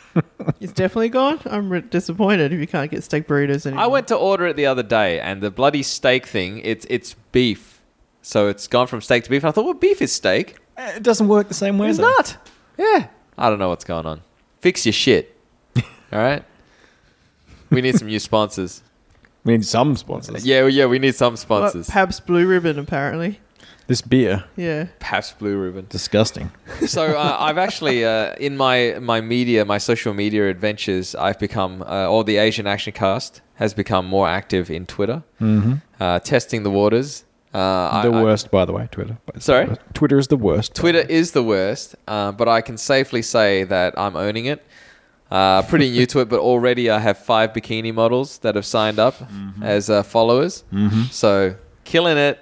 Speaker 7: It's definitely gone. I'm re- disappointed if you can't get steak burritos anymore.
Speaker 5: I went to order it the other day, and the bloody steak thing, it's it's beef. So it's gone from steak to beef. And I thought, well, beef is steak.
Speaker 6: Eh, It doesn't work the same way.
Speaker 5: It's
Speaker 6: though.
Speaker 5: not. Yeah. I don't know what's going on. Fix your shit. All right? We need some new sponsors.
Speaker 6: We need some sponsors.
Speaker 5: Yeah, yeah, we need some
Speaker 7: What,
Speaker 5: sponsors.
Speaker 7: Pabst Blue Ribbon, apparently.
Speaker 6: This beer,
Speaker 7: Yeah.
Speaker 5: Pabst Blue Ribbon.
Speaker 6: disgusting.
Speaker 5: so uh, I've actually uh, in my my media, my social media adventures, I've become, uh, or the Asian Action Cast has become more active in Twitter, mm-hmm. uh, testing the waters. Uh, I-
Speaker 6: the
Speaker 5: I-
Speaker 6: worst, by the way, Twitter. But-
Speaker 5: Sorry?
Speaker 6: Twitter is the worst.
Speaker 5: Twitter is the worst, uh, but I can safely say that I'm owning it. Uh, pretty new to it, but already I have five bikini models that have signed up as uh, followers. So killing it,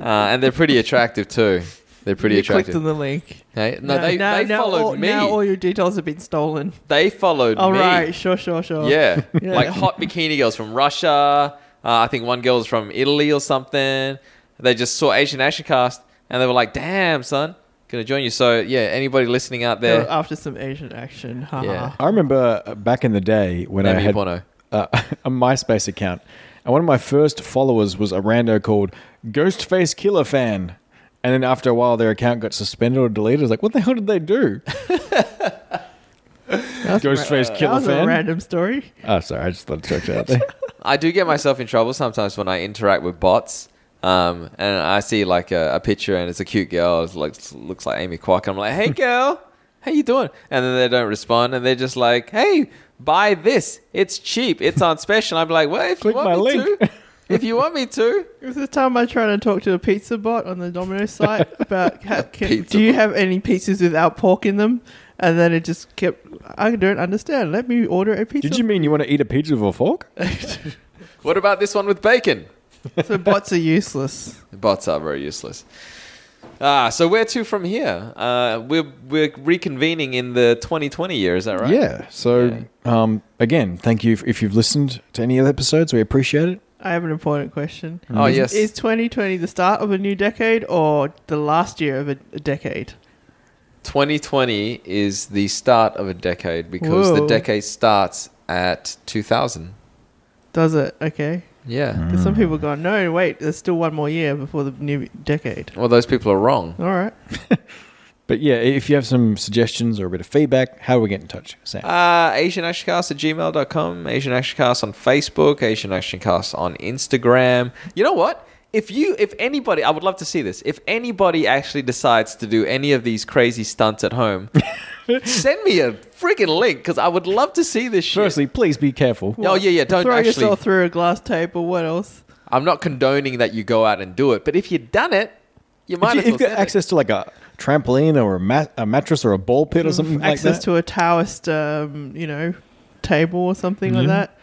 Speaker 5: uh, and they're pretty attractive too. They're pretty
Speaker 7: you
Speaker 5: attractive.
Speaker 7: clicked on the link.
Speaker 5: Hey, no, they, they followed
Speaker 7: all,
Speaker 5: me.
Speaker 7: Now all your details have been stolen.
Speaker 5: They followed
Speaker 7: All
Speaker 5: me.
Speaker 7: right, sure, sure, sure.
Speaker 5: Yeah.
Speaker 7: Yeah.
Speaker 5: Like hot bikini girls from Russia. Uh, I think one girl's from Italy or something. They just saw Asian Action Cast and they were like, damn, son, gonna join you. So, yeah, anybody listening out
Speaker 7: They were
Speaker 5: there,
Speaker 7: After some Asian action. Ha
Speaker 5: Yeah.
Speaker 7: ha.
Speaker 6: I remember uh, back in the day when
Speaker 5: Name
Speaker 6: I
Speaker 5: me
Speaker 6: had
Speaker 5: Bono.
Speaker 6: uh, a MySpace account, and one of my first followers was a rando called Ghostface Killer Fan. And then after a while, their account got suspended or deleted. I was like, what the hell did they do? Ghostface
Speaker 7: That
Speaker 6: Killer
Speaker 7: was a
Speaker 6: Fan.
Speaker 7: random story.
Speaker 6: oh, sorry, I just thought to check it out there.
Speaker 5: I do get myself in trouble sometimes when I interact with bots. Um, and I see like a, a picture and it's a cute girl. It looks, looks like Amy Kwok. And I'm like, hey, girl, how you doing? And then they don't respond and they're just like, hey, buy this. It's cheap. It's on special. I'm like, well, if
Speaker 6: Click
Speaker 5: you want
Speaker 6: my
Speaker 5: me
Speaker 6: link."
Speaker 5: to. If you want me to.
Speaker 7: It was the time I tried to talk to a pizza bot on the Domino's site about ha- can,
Speaker 5: pizza
Speaker 7: do you have any pizzas without pork in them? And then it just kept. I don't understand. Let me order a pizza.
Speaker 6: Did you mean you want to eat a pizza with a fork?
Speaker 5: What about this one with bacon?
Speaker 7: so bots are useless.
Speaker 5: Bots are very useless. Ah, so where to from here? Uh, we're we're reconvening in the 2020 year, is that right?
Speaker 6: Yeah. So, Um, again, thank you if, if you've listened to any of the episodes. We appreciate it.
Speaker 7: I have an important question.
Speaker 5: Oh yes.
Speaker 7: Is 2020 the start of a new decade or the last year of a, a decade?
Speaker 5: 2020 is the start of a decade because the
Speaker 7: Whoa.
Speaker 5: decade starts at 2000.
Speaker 7: Does it? Okay.
Speaker 5: Yeah.
Speaker 7: 'Cause some people go, no, wait, there's still one more year before the new decade.
Speaker 5: Well, those people are wrong.
Speaker 7: All right.
Speaker 6: But yeah, if you have some suggestions or a bit of feedback, how do we get in touch? Sam?
Speaker 5: Uh, AsianActionCast at gmail.com, Asian Action Cast on Facebook, Asian Action Cast on Instagram. You know what? If you, if anybody, I would love to see this. If anybody actually decides to do any of these crazy stunts at home, send me a freaking link because I would love to see this shit.
Speaker 6: Firstly, please be careful.
Speaker 5: oh yeah, yeah. Don't
Speaker 7: Throw
Speaker 5: actually.
Speaker 7: yourself through a glass table. What else?
Speaker 5: I'm not condoning that you go out and do it, but if you've done it, you
Speaker 6: If
Speaker 5: might
Speaker 6: you,
Speaker 5: as well.
Speaker 6: have got
Speaker 5: send it.
Speaker 6: access to like a trampoline or a, mat- a mattress or a ball
Speaker 5: Mm,
Speaker 6: pit or something like
Speaker 7: Access
Speaker 6: that,
Speaker 7: to a Taoist, um, you know, table or something
Speaker 5: Mm-hmm.
Speaker 7: like that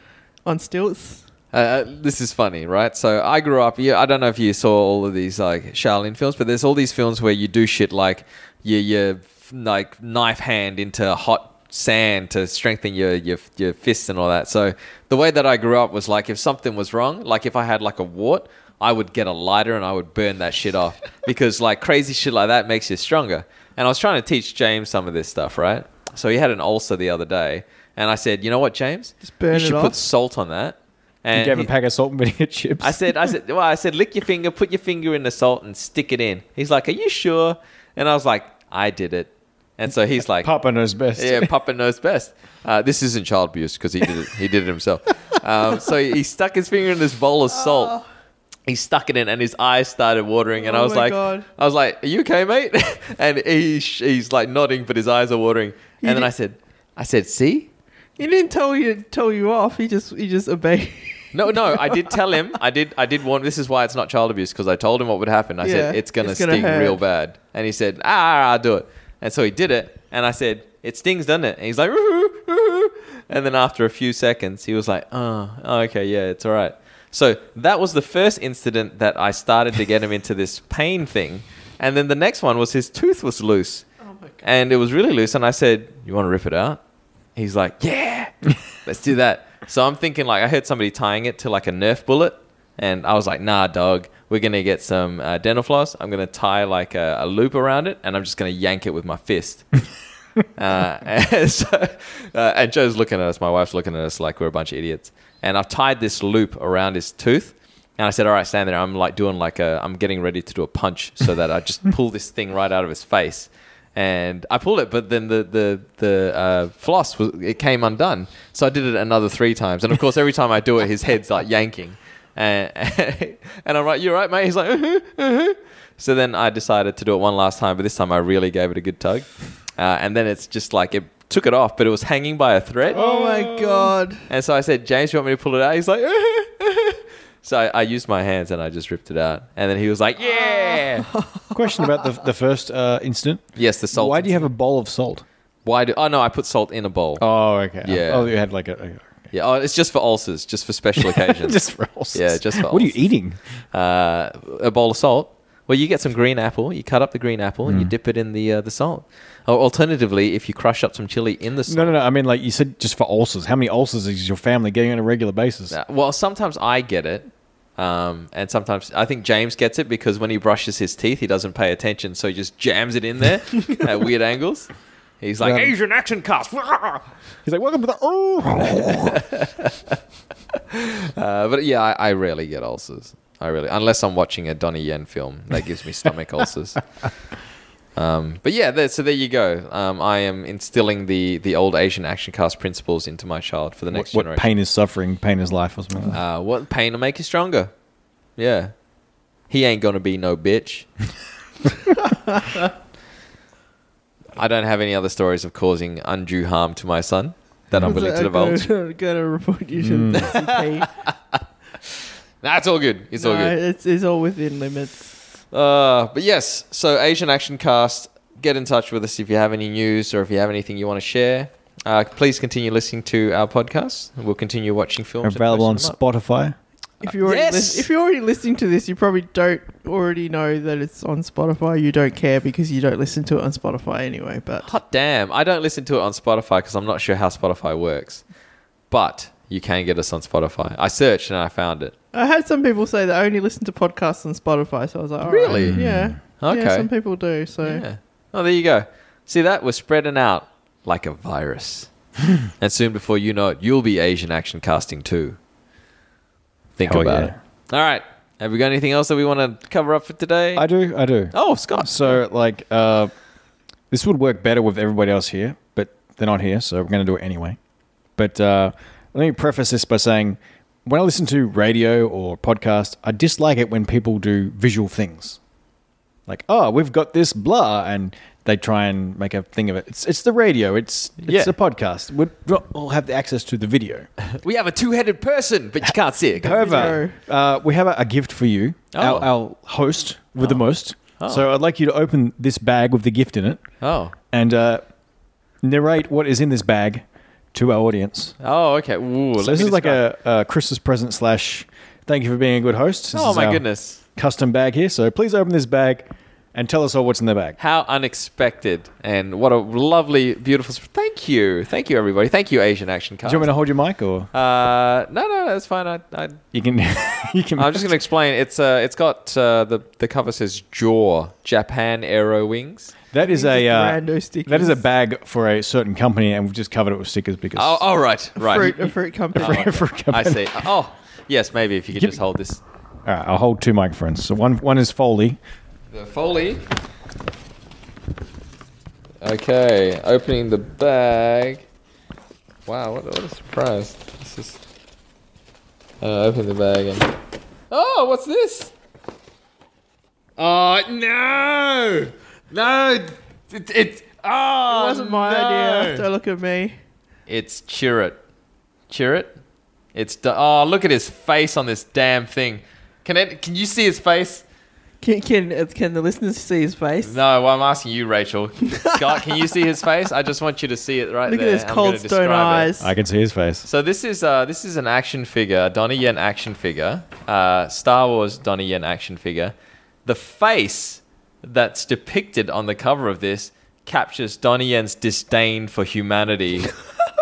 Speaker 7: on stilts.
Speaker 5: Uh, this is funny, right? So I grew up. Yeah, I don't know if you saw all of these like Shaolin films, but there's all these films where you do shit like you you like knife hand into hot sand to strengthen your your your fists and all that. So the way that I grew up was like if something was wrong, like if I had like a wart, I would get a lighter and I would burn that shit off because like crazy shit like that makes you stronger. And I was trying to teach James some of this stuff, right? So he had an ulcer the other day, and I said, you know what, James,
Speaker 7: Just burn
Speaker 5: you
Speaker 7: it
Speaker 5: should put
Speaker 7: off."
Speaker 5: salt on that. And
Speaker 6: you gave
Speaker 5: he-
Speaker 6: a pack of salt and vinegar chips.
Speaker 5: I said, I said, well, I said, lick your finger, put your finger in the salt, and stick it in. He's like, are you sure? And I was like, I did it. And so he's like,
Speaker 6: Papa knows best.
Speaker 5: yeah, Papa knows best. Uh, this isn't child abuse because he did it. He did it himself. Um, so he stuck his finger in this bowl of salt. He stuck it in, and his eyes started watering. And I
Speaker 7: Oh
Speaker 5: was
Speaker 7: my
Speaker 5: like,
Speaker 7: God.
Speaker 5: I was like, "Are you okay, mate?" and he, he's like nodding, but his eyes are watering. And then
Speaker 7: did-
Speaker 5: I said, "I said, see,
Speaker 7: He didn't tell you tell you off. He just he just obeyed.
Speaker 5: No, no, I did tell him. I did. I did warn. This is why it's not child abuse because I told him what would happen. I said
Speaker 7: Yeah,
Speaker 5: it's gonna
Speaker 7: it's gonna
Speaker 5: sting
Speaker 7: hurt.
Speaker 5: real bad, and he said, "Ah, I'll do it." And so he did it, and I said, "It stings, doesn't it?" And he's like, "Woo-hoo, woo-hoo." and then after a few seconds, he was like, "Oh, oh, okay, yeah, it's all right." So that was the first incident that I started to get him into this pain thing, and then the next one was his tooth was loose, and it was really loose, and I said, "You want to rip it out?" He's like, yeah, let's do that. So I'm thinking like I heard somebody tying it to like a Nerf bullet, and I was like, nah, dog, we're gonna get some uh, dental floss. I'm gonna tie like a, a loop around it, and I'm just gonna yank it with my fist. uh, and, so, uh, and Joe's looking at us. My wife's looking at us like we're a bunch of idiots. And I've tied this loop around his tooth. And I said, "All right, stand there." I'm like doing like a, I'm getting ready to do a punch, so that I just pull this thing right out of his face. And I pulled it, but then the the the uh, floss was, it came undone. So I did it another three times. And of course, every time I do it, his head's like yanking. And, and I'm like, "You're right, mate." He's like, "Uh-huh, uh-huh." So then I decided to do it one last time, but this time I really gave it a good tug. Uh, and then it's just like it took it off, but it was hanging by a thread.
Speaker 7: Oh my god!
Speaker 5: And so I said, James, you want me to pull it out? He's like, so I, I used my hands and I just ripped it out. And then he was like, yeah.
Speaker 6: Question about the, the first uh, incident.
Speaker 5: yes, the salt.
Speaker 6: Why do you have a bowl of salt?
Speaker 5: Why do? Oh no, I put salt in a bowl.
Speaker 6: Oh, okay.
Speaker 5: Yeah.
Speaker 6: Oh, you had like a. Okay.
Speaker 5: Yeah, oh, it's just for ulcers, just for special occasions.
Speaker 6: just for ulcers.
Speaker 5: Yeah, just for
Speaker 6: What are you
Speaker 5: ulcers.
Speaker 6: eating?
Speaker 5: uh, a bowl of salt. Well, you get some green apple. You cut up the green apple
Speaker 6: Mm.
Speaker 5: and you dip it in the uh, the salt. Or alternatively, if you crush up some chili in the salt.
Speaker 6: No, no, no. I mean, like you said, just for ulcers. How many ulcers is your family getting on a regular basis?
Speaker 5: Uh, Well, sometimes I get it. Um, and sometimes I think James gets it because when he brushes his teeth, he doesn't pay attention. So he just jams it in there at weird angles. He's like,
Speaker 6: Yeah.
Speaker 5: Asian action cast. Uh,
Speaker 6: He's like, welcome to the. Oh,
Speaker 5: Uh, but yeah, I, I rarely get ulcers. I really, unless I'm watching a Donnie Yen film that gives me stomach ulcers. Um, but yeah, there, so there you go. Um, I am instilling the, the old Asian action cast principles into my child for the
Speaker 6: what,
Speaker 5: next
Speaker 6: what
Speaker 5: generation.
Speaker 6: pain is suffering? Pain is life, or something. like that.
Speaker 5: Uh, what pain will make you stronger? Yeah. He ain't gonna be no bitch. I don't have any other stories of causing undue harm to my son that I'm willing to divulge.
Speaker 7: Gonna, gonna report you to
Speaker 5: Mm.
Speaker 7: the E CP.
Speaker 5: That's all good. It's all
Speaker 7: No,
Speaker 5: good.
Speaker 7: it's, it's all within limits.
Speaker 5: Uh, but yes, so Asian Action Cast, get in touch with us if you have any news or if you have anything you want to share. Uh, please continue listening to our podcast. We'll continue watching films. and
Speaker 6: Available on
Speaker 5: posting them up.
Speaker 6: Spotify.
Speaker 7: If you're already
Speaker 5: Yes!
Speaker 7: lis- if you're already listening to this, you probably don't already know that it's on Spotify. You don't care because you don't listen to it on Spotify anyway. But
Speaker 5: Hot damn. I don't listen to it on Spotify because I'm not sure how Spotify works. But you can get us on Spotify. I searched and I found it.
Speaker 7: I had some people say they only listen to podcasts on Spotify, so I was like, all right.
Speaker 5: Really? Mm.
Speaker 7: Yeah.
Speaker 5: Okay.
Speaker 7: Yeah, some people do. So
Speaker 5: Yeah. Oh, there you go. See that? We're spreading out like a virus. and soon before you know it, you'll be Asian action casting too. Think
Speaker 6: Hell
Speaker 5: about
Speaker 6: yeah.
Speaker 5: it. All right. Have we got anything else that we want to cover up for today?
Speaker 6: I do. I do.
Speaker 5: oh, Scott.
Speaker 6: So, like, uh, this would work better with everybody else here, but they're not here, so we're going to do it anyway. But uh, let me preface this by saying when I listen to radio or podcast, I dislike it when people do visual things. Like, oh, we've got this blah, and they try and make a thing of it. It's, it's the radio, it's, it's
Speaker 5: Yeah.
Speaker 6: a podcast. We don't all have the access to the video.
Speaker 5: We have a two headed person, but you can't see it.
Speaker 6: However, uh, we have a, a gift for you,
Speaker 5: Oh.
Speaker 6: our, our host with the most. So I'd like you to open this bag with the gift in it
Speaker 5: Oh.
Speaker 6: and uh, narrate what is in this bag to our audience.
Speaker 5: Oh, okay. Ooh,
Speaker 6: so this is like a, a Christmas present slash thank you for being a good host. This
Speaker 5: Oh,
Speaker 6: is
Speaker 5: my
Speaker 6: our
Speaker 5: goodness.
Speaker 6: Custom bag here. So please open this bag and tell us all what's in the bag.
Speaker 5: How unexpected. And what a lovely, beautiful. sp- Thank you. Thank you, everybody. Thank you, Asian Action
Speaker 6: Do
Speaker 5: Cast.
Speaker 6: you want me to hold your mic or
Speaker 5: uh, no, no, no, it's fine. I, I,
Speaker 6: you can? you can.
Speaker 5: I'm just going to explain. It's uh, It's got uh, the, the cover says Jaw, Japan Aero Wings.
Speaker 6: That is a
Speaker 7: Just
Speaker 6: uh,
Speaker 7: rando stickers.
Speaker 6: that is a bag for a certain company, and we've just covered it with stickers because
Speaker 5: Oh, oh right, right.
Speaker 7: Fruit, a fruit company.
Speaker 6: for a company.
Speaker 5: I see. Oh, yes, maybe if you could
Speaker 6: Give
Speaker 5: just
Speaker 6: me-
Speaker 5: hold this.
Speaker 6: All right, I'll hold two microphones. So one one is Foley.
Speaker 5: The Foley. Okay, opening the bag. Wow, what, what a surprise. This is. Uh, open the bag and. Oh, what's this? Oh, no! No! It, it, oh,
Speaker 7: It wasn't my idea. Don't look at me.
Speaker 5: It's Chirrut. Chirrut? It's. d oh, look at his face on this damn thing. Can, it, can you see his face?
Speaker 7: Can can, uh, can the listeners see his face?
Speaker 5: No, well, I'm asking you, Rachel. Scott, can you see his face? I just want you to see it right
Speaker 7: Look
Speaker 5: there.
Speaker 7: at his
Speaker 5: I'm
Speaker 7: cold
Speaker 5: gonna
Speaker 7: stone
Speaker 5: describe it.
Speaker 7: eyes.
Speaker 6: I can see his face.
Speaker 5: So this is uh, this is an action figure, a Donnie Yen action figure, uh, Star Wars Donnie Yen action figure. The face that's depicted on the cover of this captures Donnie Yen's disdain for humanity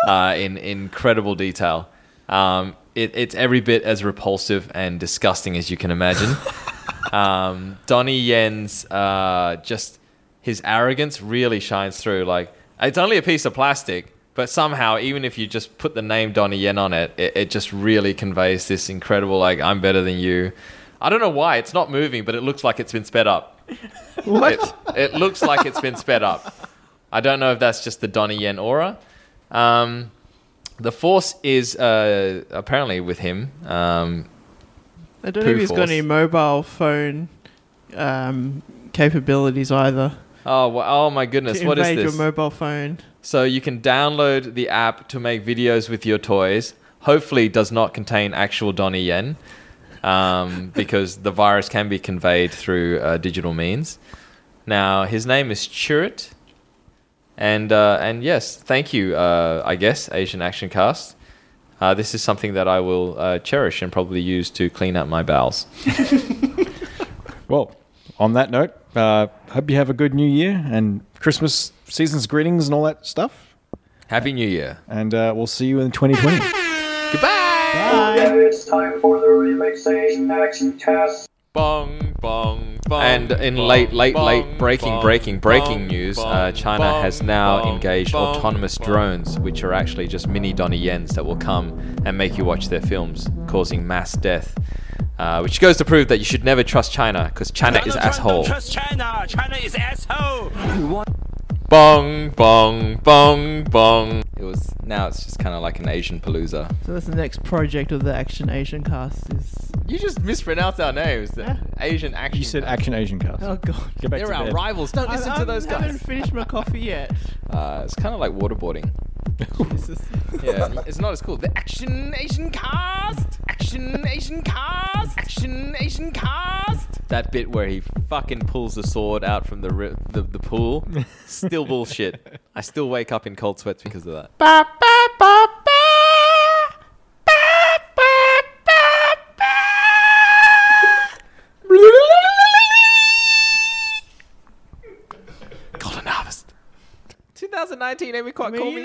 Speaker 5: uh, in incredible detail. Um, it, it's every bit as repulsive and disgusting as you can imagine. um, Donnie Yen's uh, just his arrogance really shines through. Like it's only a piece of plastic, but somehow, even if you just put the name Donnie Yen on it, it, it just really conveys this incredible like I'm better than you. I don't know why it's not moving, but it looks like it's been sped up.
Speaker 7: What?
Speaker 5: It looks like it's been sped up. I don't know if that's just the Donnie Yen aura. Um, the force is uh, apparently with him. Um,
Speaker 7: I don't know if
Speaker 5: Poo
Speaker 7: he's got
Speaker 5: force.
Speaker 7: any mobile phone um, capabilities either.
Speaker 5: oh, wow, oh my goodness!
Speaker 7: to
Speaker 5: What is
Speaker 7: invade
Speaker 5: this?
Speaker 7: your mobile phone.
Speaker 5: So you can download the app to make videos with your toys. Hopefully, it does not contain actual Donnie Yen, um, because the virus can be conveyed through uh, digital means. Now, his name is Chirrut, and uh, and yes, thank you. Uh, I guess Asian Action Cast. Uh, this is something that I will uh, cherish and probably use to clean up my bowels.
Speaker 6: Well, on that note, uh, hope you have a good New Year and Christmas season's greetings and all that stuff.
Speaker 5: Happy New Year!
Speaker 6: And uh, we'll see you in 2020.
Speaker 9: It's time for the relaxation action test.
Speaker 2: Bong, bong, bong.
Speaker 5: And in late, late, late breaking, breaking, breaking news, uh, China has now engaged autonomous drones, which are actually just mini Donnie Yens that will come and make you watch their films, causing mass death. Uh, which goes to prove that you should never trust China, because China is asshole.
Speaker 2: China. China is asshole.
Speaker 5: Bong, bong, bong, bong. It was now it's just kind of like an Asian palooza.
Speaker 7: So that's the next project of the Action Asian cast. Is
Speaker 5: You just mispronounced our names. The Asian action.
Speaker 6: you said Action Asian Cast.
Speaker 7: oh god.
Speaker 6: Get back
Speaker 5: They're
Speaker 6: to
Speaker 5: our
Speaker 6: bed.
Speaker 5: rivals. Don't listen
Speaker 7: I,
Speaker 5: to those
Speaker 7: I haven't
Speaker 5: guys.
Speaker 7: finished my coffee yet.
Speaker 5: Uh, it's kind of like waterboarding.
Speaker 7: Jesus.
Speaker 5: Yeah, it's not as cool. The Action Asian Cast! Action Asian Cast! Action Asian Cast! That bit where he fucking pulls the sword out from the ri- the, the pool. Still bullshit. I still wake up in cold sweats because of that. Ba, ba, ba, ba. Ba, ba, ba, ba. Golden Harvest. 2019 Amy quite
Speaker 7: mean,
Speaker 5: cool.
Speaker 7: you
Speaker 5: me.